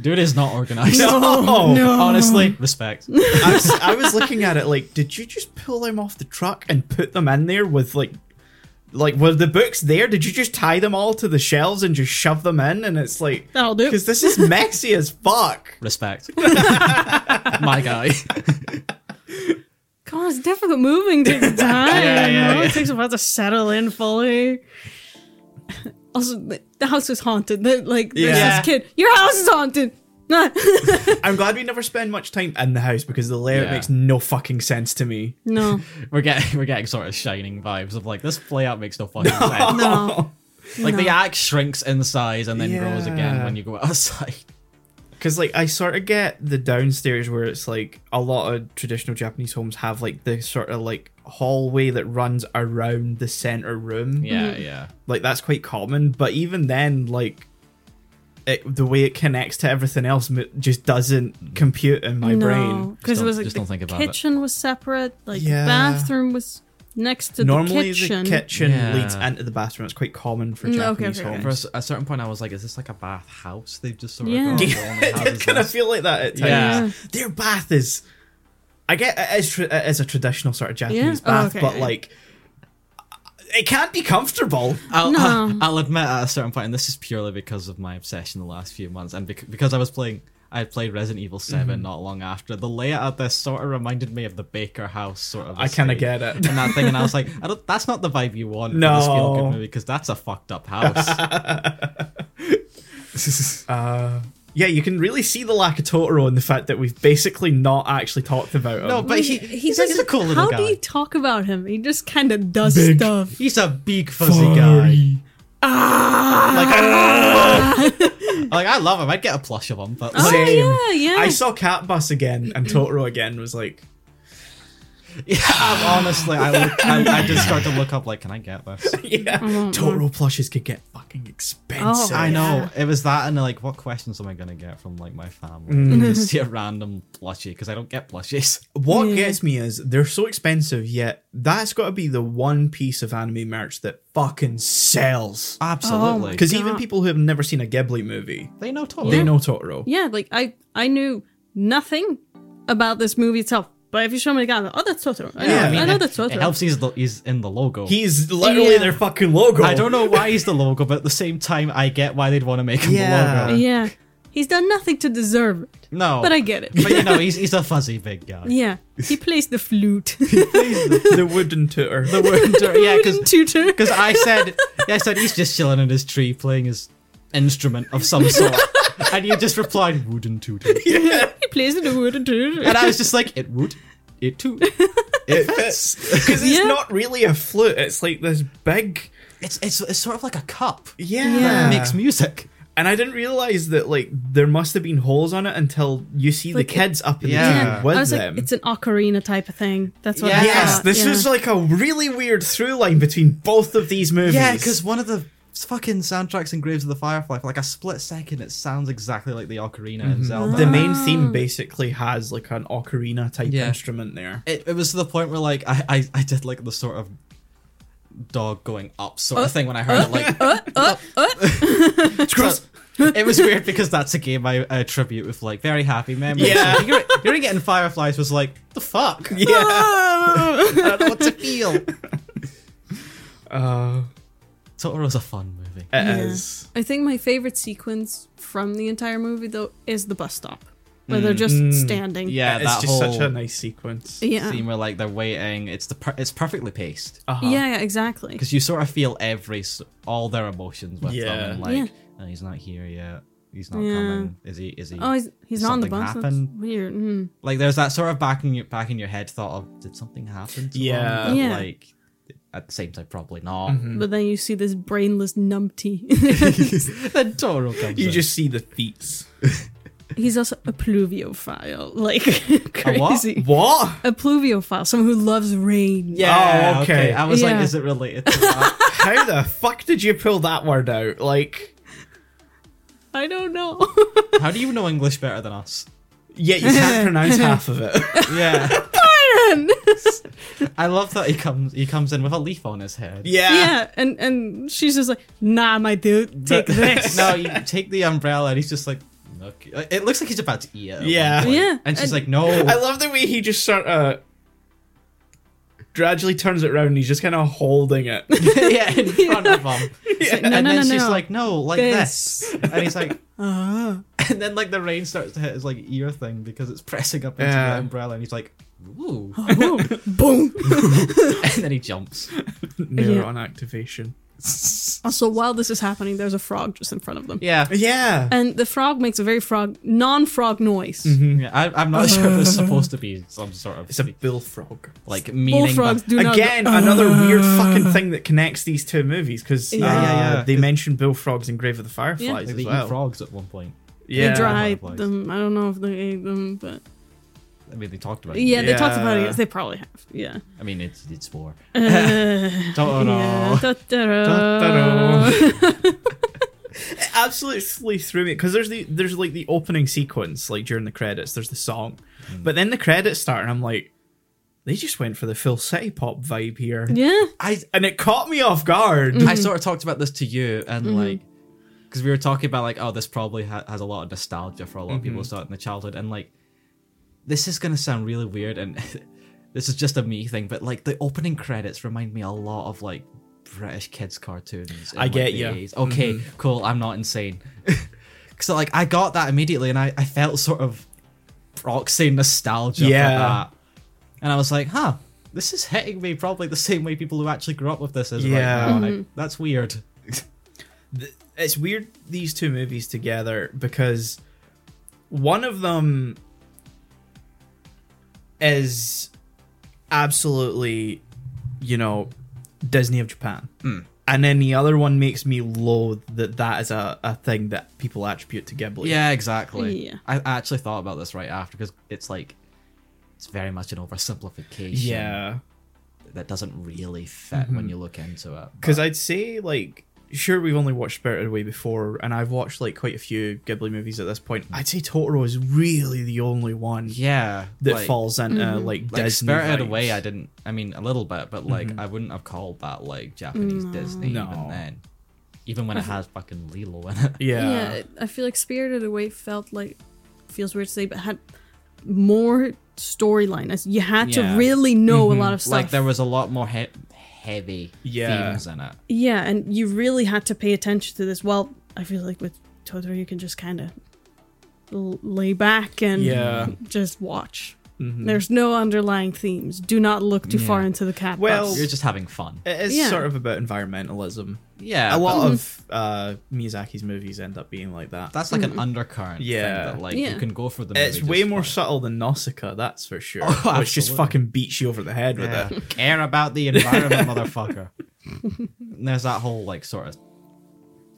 S2: Dude is not organized. <laughs>
S1: No, no.
S2: Honestly, respect.
S1: I was, I was looking at it like, did you just pull them off the truck and put them in there with like, like were the books there? Did you just tie them all to the shelves and just shove them in? And it's like,
S3: That'll do.
S1: Because this is messy as fuck.
S2: Respect. <laughs> my guy. <laughs>
S3: god it's difficult
S2: <laughs>
S3: moving takes time
S2: Yeah, yeah,
S3: you know?
S2: yeah.
S3: it takes a while to settle in fully also the, the house is haunted The- like there's
S1: Yeah.
S3: this kid your house is haunted <laughs>
S2: <laughs>
S3: no
S1: I'm glad we never spend much time in the house because the layout
S2: Yeah.
S1: makes no fucking sense to me.
S3: no
S2: We're getting we're getting sort of shining vibes of like this playout makes no fucking sense.
S3: no
S2: Like the
S3: No.
S2: axe shrinks in size and then grows again
S1: Yeah.
S2: when you go outside. <laughs>
S1: Because like I sort of get the downstairs where it's like a lot of traditional Japanese homes have like the sort of like hallway that runs around the center room.
S2: Yeah, yeah.
S1: like that's quite common but even then like it, the way it connects to everything else m- just doesn't compute in my brain
S3: because it
S2: don't-
S3: was like
S2: just
S3: the
S2: don't think about it.
S3: kitchen was separate, like
S1: Yeah.
S3: the bathroom was next to
S1: normally
S3: the kitchen.
S1: the
S3: <laughs>
S1: kitchen
S2: Yeah.
S1: leads into the bathroom it's quite common for
S3: Mm, okay,
S1: japanese
S3: okay, okay.
S2: For
S1: <laughs>
S2: a,
S1: homes
S2: s- a certain point, I was like, "Is this like a bath house? They've just sort of
S3: Yeah.
S2: gone,
S3: <laughs>
S2: the only house
S1: it
S2: is
S1: kind of
S2: this."
S1: feel like that at times
S2: Yeah.
S1: their bath is i get it is, tr- it is a traditional sort of japanese
S3: Oh,
S1: bath
S3: okay,
S1: but
S3: okay.
S1: like it can't be comfortable
S2: I'll,
S3: No.
S2: I'll, <laughs> I'll admit at a certain point, and this is purely because of my obsession the last few months, and bec- because I was playing, I had played Resident Evil 7
S3: Mm-hmm.
S2: not long after. The layout of this sort of reminded me of the Baker House sort of.
S1: i kind of
S2: estate
S1: get it
S2: And that thing, and I was
S3: <laughs>
S2: like, I don't, that's not the vibe you want for this
S1: No.
S2: feel good movie because that's a fucked
S3: <laughs>
S2: up house.
S1: uh yeah, you can really see the lack of Totoro in the fact that we've basically not actually talked about him.
S2: no, but he,
S3: He
S2: he's,
S3: doesn't-
S2: he's a cool little
S3: How
S2: guy.
S3: do you talk about him? He just kind of does
S1: Big.
S3: stuff. <laughs>
S2: He's a big fuzzy guy. Like, I, like I love him. I'd get a plush of him, but
S3: Ah! Oh
S2: like, <laughs>
S3: yeah, yeah.
S1: I saw Cat Bus again and Totoro again was like, <laughs>
S2: yeah, I'm- honestly, I, look, I, I just start to look up. Like, can I get this?
S1: yeah, Totoro plushes could get fucking expensive.
S3: Oh,
S2: I know
S3: Yeah.
S2: it was that, and like, what questions am I gonna get from like my
S3: Mm.
S2: family?
S3: <laughs>
S2: Just see a random plushie because I don't get plushies. <laughs>
S1: What
S3: Yeah.
S1: gets me is they're so expensive, yet that's got to be the one piece of anime merch that fucking sells.
S2: Absolutely,
S1: Because
S3: God.
S1: even people who have never seen a Ghibli movie,
S2: they know totally.
S1: they know Totoro.
S3: yeah, like I, I knew nothing about this movie itself. But if you show me the guy, I'm like, oh, that's Totoro. I know,
S1: Yeah,
S3: I,
S1: I mean,
S3: know that's
S2: It
S3: Totoro.
S2: helps. He's the, he's in the logo.
S1: He's literally
S3: Yeah.
S1: their fucking logo.
S2: I don't know why he's the logo, but at the same time, I get why they'd want to make him
S1: Yeah.
S2: the logo.
S3: Yeah, he's done nothing to deserve it,
S2: No,
S3: but I get it.
S2: But you know, he's he's a fuzzy big guy.
S3: yeah,
S2: <laughs>
S3: he plays the flute.
S1: <laughs> the wooden tutor.
S3: <laughs>
S1: The wo-
S2: <laughs> yeah, because <laughs>
S3: tutor.
S2: because I said I said he's just chilling in his tree playing his instrument of some
S3: <laughs>
S2: sort, and you just replied wooden tutor,
S3: He plays the wooden tutor.
S2: and I was just like, it would. it too.
S1: It fits because it's
S3: Yeah.
S1: not really a flute. It's like this big.
S2: It's, it's it's sort of like a cup.
S1: Yeah,
S3: Yeah.
S2: That makes music.
S1: and I didn't realize that like there must have been holes on it until you see
S3: Like,
S1: the kids up in
S2: Yeah.
S1: the
S3: I
S1: tree with
S3: was
S1: them.
S3: like, it's an ocarina type of thing. That's what. I
S1: yes,
S3: thought,
S1: this
S3: yeah.
S1: was like a really weird through line between both of these movies.
S2: Yeah, because one of the fucking soundtracks in Graves of the Firefly for like a split second, it sounds exactly like the ocarina in Zelda.
S1: the main
S3: Ah.
S1: theme basically has like an ocarina type
S2: Yeah.
S1: instrument
S3: <laughs>
S1: there.
S2: it, it was to the point where like I, I, I did like the sort of dog going up sort
S1: Uh,
S2: of thing when I heard it.
S1: <laughs>
S2: Like <laughs>
S1: Scrubs.
S2: it was weird because that's a game I attribute with like very happy memories.
S1: Yeah.
S2: So you're, you're getting fireflies was like the fuck.
S1: <laughs> yeah.
S2: I don't know what to feel.
S1: Uh,
S2: Totoro's a fun movie.
S1: it
S3: Yeah.
S1: is.
S3: I think my favorite sequence from the entire movie though is the bus stop where they're just standing.
S2: Mm. Yeah,
S1: it's
S2: that
S1: just
S2: whole
S1: such a nice sequence.
S3: Yeah.
S2: scene where like they're waiting. It's the per- it's perfectly paced.
S1: Uh-huh.
S3: Yeah, yeah, exactly.
S2: because you sort of feel every s- all their emotions with
S1: Yeah.
S2: them and like
S3: Yeah.
S2: "Oh, he's not here yet he's not
S3: Yeah.
S2: coming is he is he
S3: Oh, he's, he's not on the
S2: Something
S3: bus. That's
S2: happened.
S3: weird. Mm.
S2: like there's that sort of back in your back in your head thought of did something happen to
S1: Yeah. Mm-hmm.
S2: him? But,
S3: Yeah.
S2: like at the same time probably not
S3: But then you see this brainless numpty.
S2: <laughs> then Toro comes
S1: You
S2: in.
S1: just see the feet.
S3: He's also a pluviophile, <laughs> like
S2: A what?
S3: crazy.
S1: What?
S3: A, pluviophile, someone who loves rain.
S1: Yeah,
S2: oh, okay.
S1: okay.
S2: I was
S3: Yeah.
S2: like, is it related to
S3: <laughs>
S2: that?
S1: How the fuck did you pull that word out? Like,
S3: I
S2: <laughs>
S3: don't know.
S2: How do you know English better than us?
S1: yeah, you
S3: <laughs>
S1: can't pronounce half of it.
S2: Yeah. <laughs>
S3: And-
S2: I love that he comes he comes in with a leaf on his head.
S1: Yeah.
S3: yeah, and and she's just like, nah, my
S2: <laughs>
S3: dude, take this.
S2: no, you take the umbrella, and he's just like, look. It looks like he's about to eat it. at one
S1: Yeah.
S2: point.
S3: Yeah.
S2: And she's
S3: And-
S2: like,
S3: <laughs>
S2: no. <laughs>
S1: I love the way he just sort of gradually turns it around and he's just kind of holding
S3: <laughs>
S1: it.
S2: yeah, in front of him.
S3: like, no,
S2: and
S3: no,
S2: then
S3: no,
S2: she's
S3: no.
S2: like, no, like
S3: This.
S2: this. And he's
S3: <laughs>
S2: like,
S3: Ah.
S2: and then like the rain starts to hit his like ear thing because it's pressing up into
S1: Yeah.
S2: the umbrella, and he's like,
S3: <laughs>
S2: ooh. <laughs>
S3: Boom. Boom.
S2: and then he jumps.
S1: Neuron activation.
S3: Also, while this is happening, there's a frog just in front of them.
S2: Yeah.
S1: Yeah.
S3: And the frog makes a very frog, non-frog noise.
S2: yeah I, I'm not sure if
S3: <laughs>
S2: it's supposed to be some sort of
S1: Mm-hmm. It's a billfrog.
S2: like meaning.
S3: Bullfrogs
S2: but-
S3: do not. Oh.
S1: Again, another weird fucking thing that connects these two movies because
S3: Yeah,
S2: yeah, yeah.
S1: they mentioned bullfrogs in Grave of the Fireflies
S2: like, they
S1: as
S2: eat
S1: well.
S2: frogs at one point.
S1: Yeah.
S3: They dried
S2: Butterflies.
S3: them. I don't know if they ate them, but
S2: I mean, they talked about it.
S3: yeah, they talked about
S1: Yeah.
S3: it. They probably have.
S2: <laughs>
S3: Yeah.
S2: I mean, it's it's war.
S3: Uh,
S2: Don't
S3: yeah.
S2: know.
S3: Da-da-da.
S1: Da-da-da. It absolutely threw me because there's the there's like the opening sequence like during the credits there's the song,
S3: Mm.
S1: but then the credits start and I'm like, they just went for the full city pop vibe here,
S3: <laughs> Yeah.
S2: I
S1: and it caught me off guard.
S2: I sort of talked about this to you and like because we were talking about like oh this probably ha- has a lot of nostalgia for a lot of
S1: Mm-hmm.
S2: people starting the childhood and like this is gonna sound really weird and <laughs> this is just a me thing but like the opening credits remind me a lot of like British kids cartoons. in,
S1: I
S2: like,
S1: get
S2: the
S1: ya. Mm-hmm.
S2: 80s. Okay, cool. I'm not insane. <laughs> Because like I got that immediately and I I felt sort of proxy nostalgia
S1: Yeah.
S2: for that. And I was like, huh, this is hitting me probably the same way people who actually grew up with this is
S1: Yeah.
S2: right now. and I- that's weird.
S1: th- it's weird these two movies together because one of them is absolutely you know disney of japan
S2: Hmm.
S1: and then the other one makes me loathe that that is a, a thing that people attribute to ghibli
S2: Yeah, exactly.
S3: Yeah.
S2: I I actually thought about this right after because it's like it's very much an oversimplification
S1: yeah
S2: that doesn't really fit when you look into it.
S1: Because
S2: but-
S1: I'd say like sure we've only watched Spirited Away before, and I've watched like quite a few Ghibli movies at this point. I'd say Totoro is really the only one
S2: yeah,
S1: that
S2: like-
S1: falls into like
S2: Like
S1: Disney.
S2: Spirited
S1: vibes.
S2: Away, I didn't. I mean, a little bit, but like, I wouldn't have called that like Japanese Disney
S1: No.
S2: even then, even when it has fucking Lilo in it.
S1: Yeah.
S3: Yeah. I feel like Spirited Away felt like feels weird to say, but had more storyline. As you had
S2: Yeah. Mm-hmm.
S3: to really know a lot of stuff.
S2: Like there was a lot more he- heavy
S1: Yeah.
S2: themes in it.
S3: Yeah, and you really had to pay attention to this. Well, I feel like with Totoro, you can just kind of l- lay back and
S1: Yeah. Mm-hmm.
S3: just watch. There's no underlying themes. Do not look too far
S2: Yeah.
S3: into the cat.
S1: Well-
S3: bus.
S2: You're just having fun.
S1: It is
S3: Yeah. Mm-hmm.
S1: sort of about environmentalism.
S2: Yeah,
S1: a
S2: but
S1: lot of uh, Miyazaki's movies end up being like that.
S2: That's like an undercurrent.
S1: Mm. Yeah.
S2: Yeah, thing that, like
S3: Yeah.
S2: you can go for the.
S1: it's
S2: movie
S1: way
S2: just
S1: more
S2: for-
S1: subtle than Nausicaa, that's for sure.
S2: <laughs> Oh,
S1: which just
S2: absolutely.
S1: fucking beats you over the head
S2: Yeah.
S1: with it.
S2: Care about
S1: <laughs>
S2: the environment, motherfucker. And there's that whole like sort of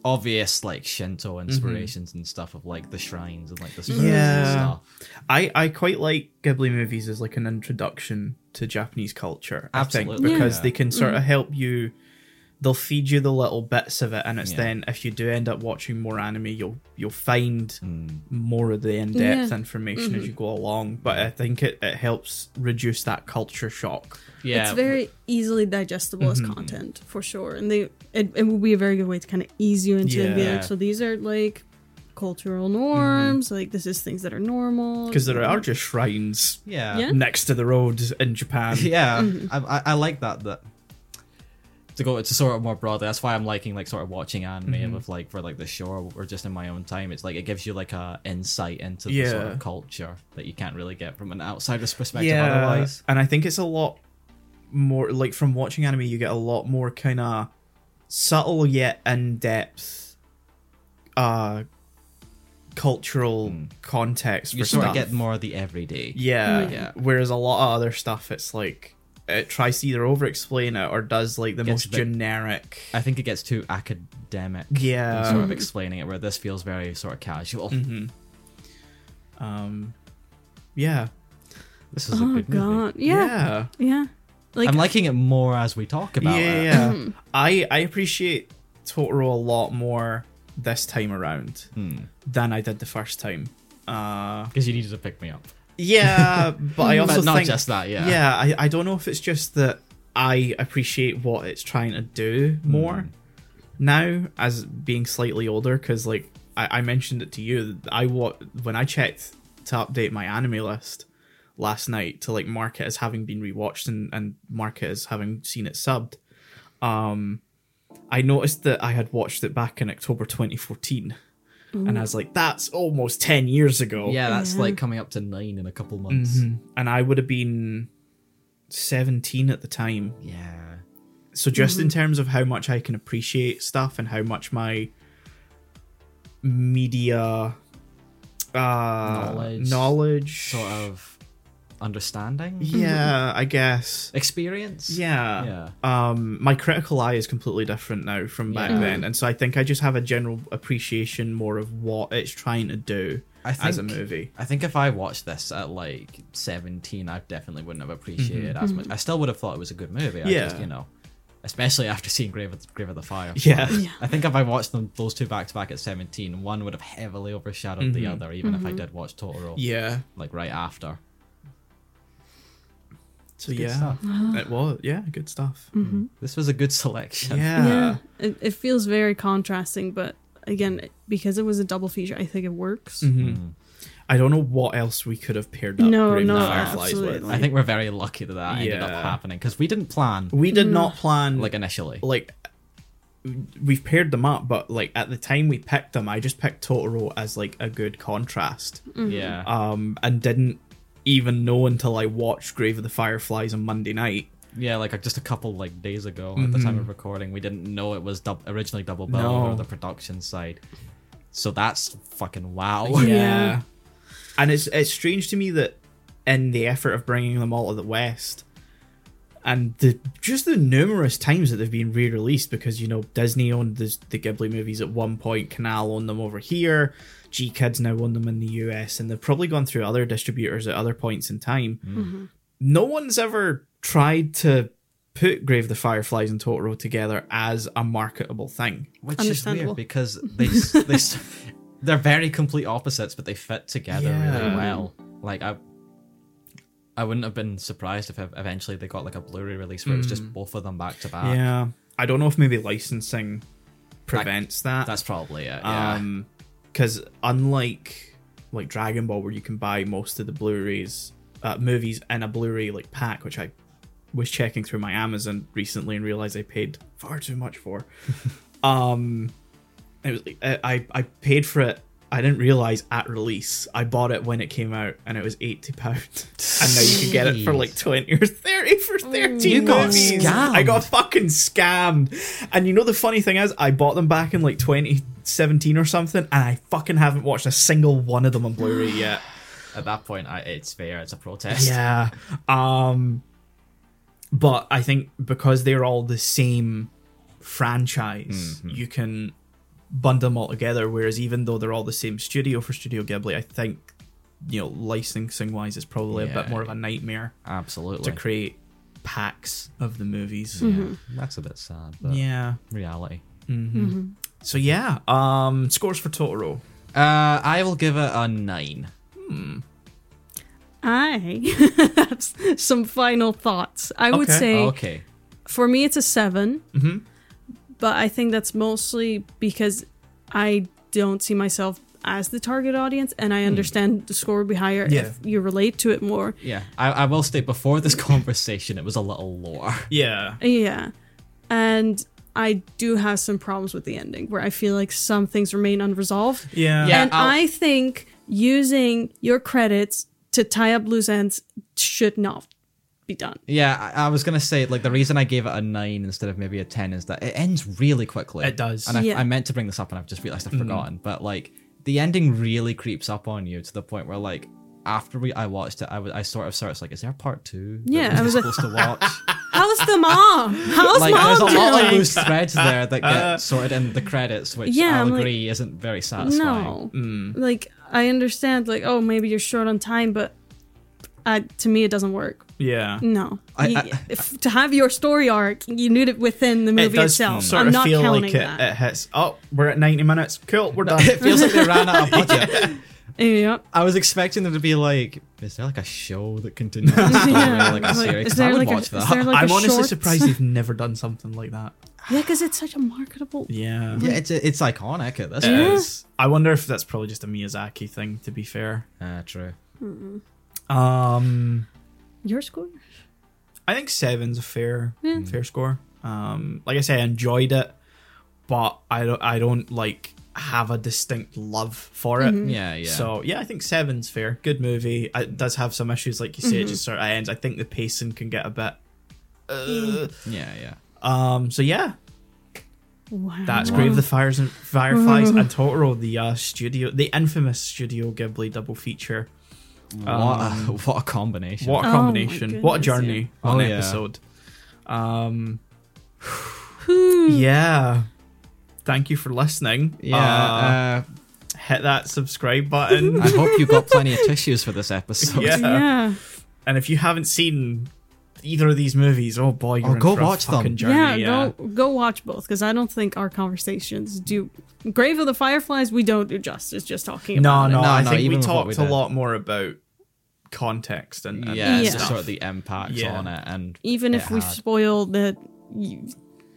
S2: obvious like Shinto
S1: Mm-hmm.
S2: inspirations and stuff of like the shrines and like the spirits and
S1: Yeah.
S2: stuff.
S1: I, I quite like Ghibli movies as like an introduction to Japanese culture. I think,
S2: Absolutely, Mm-hmm.
S1: because
S2: yeah.
S1: they can sort of help you. They'll feed you the little bits of it, and it's
S2: Yeah.
S1: then if you do end up watching more anime, you'll you'll find
S2: Mm.
S1: more of the in depth
S3: Yeah.
S1: information
S2: Mm-hmm.
S1: as you go along. But I think it, it helps reduce that culture shock.
S2: Yeah,
S3: It's very easily digestible
S1: Mm-hmm.
S3: as content for sure, and they it, it will be a very good way to kind of ease you into it and be
S1: Yeah.
S3: like, so these are like cultural norms, like this is things that are normal
S1: Mm-hmm.
S3: Oh,
S1: Because there are just shrines
S2: yeah,
S3: Yeah.
S1: next to the road in Japan.
S2: <laughs> yeah.
S1: Mm-hmm.
S2: I, I, I like that that to go to sort of more broadly. That's why I'm liking like sort of watching anime
S1: Mm-hmm.
S2: of like for like the show or just in my own time. It's like it gives you like a insight into the sort
S1: Yeah.
S2: of culture that you can't really get from an outsider's perspective
S1: yeah.
S2: otherwise.
S1: And I think it's a lot more like from watching anime, you get a lot more kind of subtle yet in depth uh, cultural
S2: Hmm.
S1: context.
S2: You
S1: for
S2: sort
S1: stuff.
S2: of get more of the everyday.
S1: Yeah.
S3: Mm.
S2: Yeah.
S1: Whereas a lot of other stuff, it's like it tries to either over explain it or does like the
S2: Gets a
S1: most
S2: bit-
S1: generic.
S2: I think it gets too academic. in
S1: Yeah. Mm-hmm.
S2: Sort of explaining it where this feels very sort of casual.
S1: Um, yeah.
S2: This is a
S3: Oh
S2: good movie.
S3: god, yeah, yeah, Like
S2: I'm liking it more as we talk about
S1: yeah,
S2: it.
S1: yeah. I I appreciate Totoro a lot more this time around
S2: Hmm.
S1: than I did the first time. Uh,
S2: Because you needed to pick me up.
S1: yeah, but I also
S2: <laughs> but not
S1: think
S2: just that, yeah.
S1: yeah, I, I don't know if it's just that I appreciate what it's trying to do more
S2: Hmm.
S1: now as being slightly older because like I, I mentioned it to you I wa- when I checked to update my anime list last night to like mark it as having been rewatched and, and mark it as having seen it subbed um I noticed that I had watched it back in October 2014 and I was like that's almost 10 years ago
S2: Yeah, that's
S3: Yeah.
S2: like coming up to nine in a couple months.
S1: Mhm. and I would have been 17 at the time.
S2: Yeah.
S1: So just in
S2: Mm-hmm.
S1: terms of how much I can appreciate stuff and how much my media uh knowledge,
S2: Knowledge. Sort of understanding?
S1: yeah, I guess.
S2: Experience?
S1: Yeah.
S2: Yeah.
S1: Um my critical eye is completely different now from back
S2: Yeah.
S1: then. And so I think I just have a general appreciation more of what it's trying to do
S2: I think,
S1: as a movie.
S2: I think if I watched this at like 17, I definitely wouldn't have appreciated it as much. I still would have thought it was a good movie. I just,
S1: Mm-hmm. Yeah.
S2: you know, especially after seeing Grave of, Grave of the Fire. <laughs>
S1: Yeah.
S3: Yeah.
S2: I think if I watched them those two back to back at 17, one would have heavily overshadowed the other, even if I did watch Totoro
S1: Mm-hmm. Yeah.
S2: like right after.
S1: So
S2: Good
S1: yeah.
S2: stuff.
S1: It was yeah, good stuff.
S3: mm-hmm.
S2: This was a good selection.
S1: Yeah.
S3: yeah. It, it feels very contrasting, but again, it- because it was a double feature, I think it works.
S1: Mm. Mm-hmm.
S2: Mm-hmm.
S1: I don't know what else we could have paired up
S3: No,
S1: Grave of the
S3: no,
S1: Fireflies with.
S3: absolutely.
S2: I think we're very lucky that that ended
S1: Yeah.
S2: up happening because we didn't plan
S1: We did not plan
S2: like
S1: like
S2: initially.
S1: like we've paired them up, but like at the time we picked them, I just picked Totoro as like a good contrast,
S2: Yeah.
S1: um, and didn't even know until I watched Grave of the Fireflies on Monday night.
S2: Yeah, like uh, just a couple like days ago at the time of recording, we didn't know it was dub- originally double bill
S1: Mm-hmm. No.
S2: or the production side. So that's fucking wow.
S3: Yeah.
S1: and it's it's strange to me that in the effort of bringing them all to the West. And the just the numerous times that they've been re-released because you know Disney owned the, the Ghibli movies at one point, Canal owned them over here, G Kids now own them in the US, and they've probably gone through other distributors at other points in time. Mm-hmm. No one's ever tried to put Grave of the Fireflies and Totoro together as a marketable thing.
S2: <laughs> Which is
S3: Understandable.
S2: weird because they s- they s- they're very complete opposites, but they fit together
S1: Yeah.
S2: really well. Like I I wouldn't have been surprised if ev- eventually they got like a Blu-ray release where it was just both of them back to back.
S1: Mm. yeah, I don't know if maybe licensing prevents that.
S2: That's probably it. Yeah.
S1: Um 'cause because unlike like Dragon Ball, where you can buy most of the Blu-rays, uh, movies in a Blu-ray like pack, which I was checking through my Amazon recently and realized I paid
S2: <laughs>
S1: far too much for. um, it was like I I I paid for it I didn't realize at release. I bought it when it came out, and it was eighty pound. <laughs> And now you can get it for like twenty or thirty for thirteen.
S2: Mm. You got
S1: movies.
S2: scammed.
S1: I got fucking scammed. And you know the funny thing is, I bought them back in like twenty seventeen or something, and I fucking haven't watched a single one of them on Blu-ray yet.
S2: At that point, I, it's fair. It's a protest.
S1: Yeah. Um but I think because they're all the same franchise, you can bundle them all together whereas even though they're all the same studio for Studio Ghibli, I think you know licensing wise is probably a
S2: Yeah.
S1: bit more of a nightmare
S2: absolutely.
S1: to create packs of the movies.
S2: Mm.
S3: Mm-hmm.
S2: That's a bit sad, but
S1: Yeah.
S2: reality.
S1: So yeah, um scores for Totoro.
S2: Uh, I will give it a nine.
S3: I have <laughs> s- some final thoughts. I would
S1: Okay.
S3: say
S2: Okay.
S3: for me it's a 7 mm-hmm. but I think that's mostly because I don't see myself as the target audience, and I understand the score would be higher
S1: Mm. Yeah.
S3: if you relate to it more.
S2: Yeah, I, I will state before this <laughs> conversation, it was a little lower.
S1: Yeah.
S3: Yeah. And I do have some problems with the ending where I feel like some things remain unresolved.
S1: Yeah.
S2: Yeah.
S3: and
S2: I'll-
S3: i think using your credits to tie up loose ends should not be done.
S2: Yeah, I, I was gonna say like the reason I gave it a nine instead of maybe a ten is that it ends really quickly.
S1: It does.
S2: and I,
S3: Yeah.
S2: I meant to bring this up, and I've just realized I've forgotten. But like the ending really creeps up on you to the point where like after we I watched it, I was I sort of started like, is there a part two? that
S3: Yeah,
S2: we
S3: I
S2: were
S3: was like-
S2: supposed to
S3: <laughs>
S2: watch.
S3: How's the mom? How's
S2: like
S3: mom
S2: there's a lot of
S3: doing?
S2: loose threads there that
S1: Uh,
S2: get sorted in the credits, which
S3: Yeah,
S2: I'll
S3: I'm like-
S2: agree isn't very satisfying.
S3: <laughs> No,
S1: Mm.
S3: like I understand, like oh maybe you're short on time, but I, to me it doesn't work.
S1: Yeah.
S3: No,
S2: I-
S3: You-
S2: I-
S3: if, to have your story arc, you need it within the
S1: It
S3: movie
S1: does
S3: itself.
S1: sort
S3: I'm
S1: of
S3: not
S1: feel
S3: counting
S1: like it,
S3: that.
S1: it hits. Oh, we're at 90 minutes. Cool, we're
S3: <laughs>
S1: done.
S2: It feels like they ran out
S1: <laughs>
S2: of budget.
S1: eh.
S3: yeah.
S2: I was expecting them to be like, is there like a show that
S3: <laughs>
S2: continues? yeah,
S3: Yeah,
S2: like a
S3: like,
S2: series?
S3: is
S2: 'Cause I
S3: there
S2: would
S3: like a-
S2: watch
S3: is
S2: that.
S3: there like a
S1: I'm honestly
S3: shorts? <laughs>
S1: surprised they've never done something like that.
S3: Yeah, because it's such a marketable.
S1: Yeah.
S2: <laughs> yeah, it's it's iconic at this
S1: It
S2: point.
S1: is. I wonder if that's probably just a Miyazaki thing, to be fair.
S2: Ah, true.
S1: Um,
S3: Your score?
S1: I think seven's a fair
S3: Yeah.
S1: fair score. Um, like I say, I enjoyed it, but I don't I don't like have a distinct love for
S3: Mm-hmm.
S1: it.
S3: Mm.
S2: Yeah, yeah.
S1: So yeah, I think seven's fair. Good movie. It does have some issues, like you say.
S3: Mm-hmm.
S1: It just sort of ends. I think the pacing can get a bit.
S3: Mm.
S1: Uh,
S2: yeah, yeah.
S1: um. So yeah,
S3: Wow.
S1: That's Grave of the Fires and
S3: <laughs>
S1: Fireflies and Totoro, the uh, studio, the infamous Studio Ghibli double feature.
S2: what, a, <laughs> what a combination.
S1: um, What a
S3: Oh my
S1: combination! what a
S3: goodness,
S1: journey!
S2: yeah.
S1: What
S2: Oh,
S1: an
S2: yeah.
S1: episode. Um,
S3: Whew.
S1: yeah. Thank you for listening.
S2: Yeah.
S1: Uh,
S2: Uh,
S1: hit that subscribe
S3: <laughs>
S1: button.
S2: I hope you got plenty of tissues for this
S1: <laughs>
S2: episode.
S1: Yeah.
S3: yeah.
S1: and if you haven't seen either of these movies, oh boy, you're
S2: Oh,
S1: in
S2: go
S1: for a
S2: watch them.
S1: fucking Journey,
S3: yeah, go go watch both because I don't think our conversations do. Grave of the Fireflies, we don't do justice just talking
S1: No,
S3: about
S1: no,
S2: No,
S1: I
S2: no,
S1: think we
S2: even with what
S1: talked
S2: we
S1: a
S2: did.
S1: lot more about context and, and
S2: Yeah, it's
S1: stuff.
S2: just sort of the impact
S1: Yeah.
S2: on it. And
S3: it. Even
S2: it
S3: if we
S2: had.
S3: spoil that, you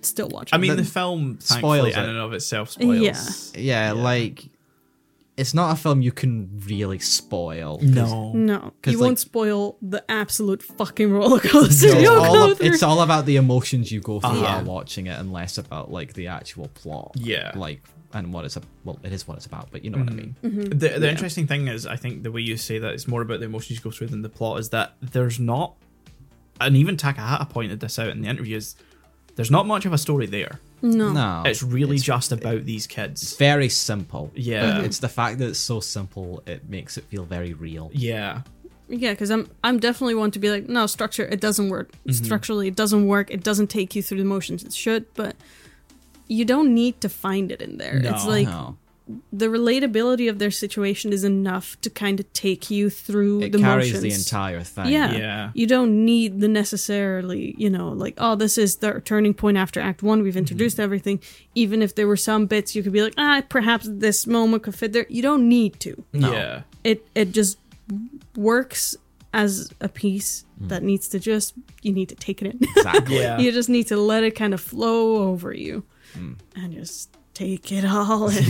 S3: still watch.
S1: I
S3: it.
S1: mean, the,
S2: The-
S1: film thankfully
S2: spoils
S1: in
S2: it.
S1: and of itself spoils.
S3: Yeah.
S2: yeah, like, it's not a film you can really spoil. 'cause
S1: No.
S3: no,
S2: 'Cause,
S3: you
S2: like-
S3: won't spoil the absolute fucking roller coaster <laughs>
S2: It's
S3: you'll
S2: all,
S3: go
S2: ab-
S3: through.
S2: it's all about the emotions you go through
S1: Uh-huh.
S2: while watching it, and less about like the actual plot.
S1: Yeah. Mm.
S2: like and what it's a well, it is what it's about, but you know what I mean.
S3: Mm-hmm.
S1: The, the interesting thing is, I think the way you say that it's more about the emotions you go through than the plot is that there's not, and even Takahata pointed this out in the interviews, there's not much of a story there.
S3: no,
S2: No,
S1: it's really
S2: it's
S1: just about these kids.
S2: very simple.
S1: Yeah.
S3: Mm-hmm.
S2: Like, it's the fact that it's so simple it makes it feel very real.
S1: Yeah.
S3: yeah, because I'm I'm definitely one to be like, no, structure, it doesn't work. Structurally, it doesn't work. It doesn't take you through the motions. It should, but you don't need to find it in there. it's
S1: No.
S3: like
S2: no,
S3: the relatability of their situation is enough to kind of take you through
S2: it
S3: the
S2: carries
S3: motions.
S2: the entire thing.
S3: yeah.
S1: Yeah.
S3: You don't need the necessarily, you know, like, oh, this is the turning point after Act One.
S2: Mm-hmm.
S3: We've introduced everything. Even if there were some bits you could be like, ah, perhaps this moment could fit there. You don't need to.
S2: No.
S1: Yeah.
S3: It it just works as a piece
S2: Mm.
S3: that needs to just you need to take it in.
S2: exactly.
S1: Yeah.
S3: <laughs> you just need to let it kind of flow over you
S2: Mm.
S3: and just take
S1: <laughs>
S3: it all in.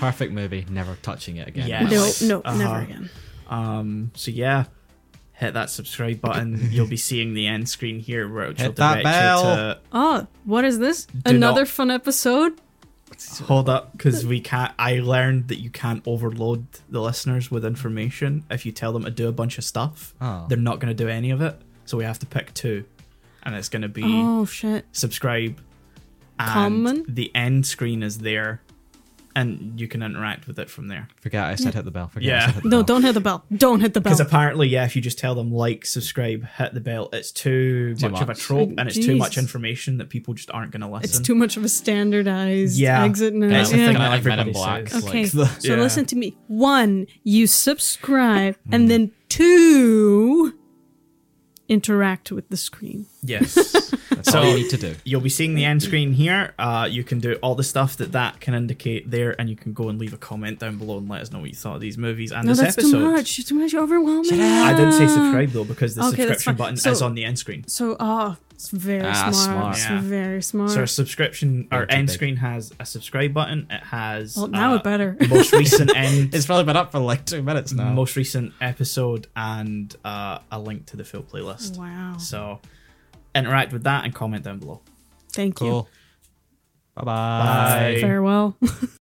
S2: Perfect movie. Never touching it again.
S1: Yes.
S3: no, no,
S1: Uh-huh.
S3: never again.
S1: Um. So yeah, hit that subscribe
S2: <laughs>
S1: button. You'll be seeing the end screen here, where it'll
S2: Hit that
S1: direct you
S2: bell.
S1: to
S3: Oh, what is this?
S1: Do
S3: Another
S1: not-
S3: fun episode?
S1: Hold up, because we can't. I learned that you can't overload the listeners with information. If you tell them to do a bunch of stuff,
S2: Oh.
S1: they're not going to do any of it. So we have to pick two, and it's going to be
S3: Oh shit.
S1: subscribe. And
S3: Comment?
S1: the end screen is there, and you can interact with it from there.
S2: Forget I said hit the bell. Forget I
S1: Yeah.
S2: said hit the
S3: No,
S2: bell.
S3: don't hit the bell. Don't hit the bell.
S1: Because apparently, yeah, if you just tell them like, subscribe, hit the bell, it's too, much, of a
S2: much.
S1: trope and it's too
S3: Jeez.
S1: much information that people just aren't going to listen.
S3: it's too much of a standardized
S1: Yeah.
S3: exit note.
S1: That's the
S3: Yeah.
S1: thing I
S2: like Men
S1: everybody
S2: in Black.
S1: says.
S3: Okay,
S2: Like the,
S3: so
S1: Yeah. Hmm.
S3: listen to me. One, you subscribe, and then two, interact with the screen. <laughs>
S1: yes.
S2: <laughs> that's all you need to do.
S1: You'll be seeing the end screen here. Uh, you can do all the stuff that that can indicate there, and you can go and leave a comment down below and let us know what you thought of these movies and
S3: No,
S1: this
S3: that's
S1: episode.
S3: too much. Too much. You're overwhelming.
S1: I didn't say subscribe though because the
S3: Okay, that's
S1: subscription
S3: fine.
S1: button
S3: So-
S1: is on the end screen.
S3: So, ah, it's very
S2: Ah,
S3: smart.
S2: smart.
S3: It's
S1: Yeah.
S3: very smart.
S1: So our subscription, our
S2: too
S1: end
S2: big.
S1: screen has a subscribe button. It has
S3: well, now
S1: uh,
S3: it better.
S1: most recent
S3: <laughs>
S1: end,
S2: It's probably been up for like two minutes now.
S1: most recent episode, and uh, a link to the full playlist.
S3: wow.
S1: So interact with that and comment down below.
S3: Thank
S2: cool. Bye-bye.
S1: Bye.
S3: you. Farewell.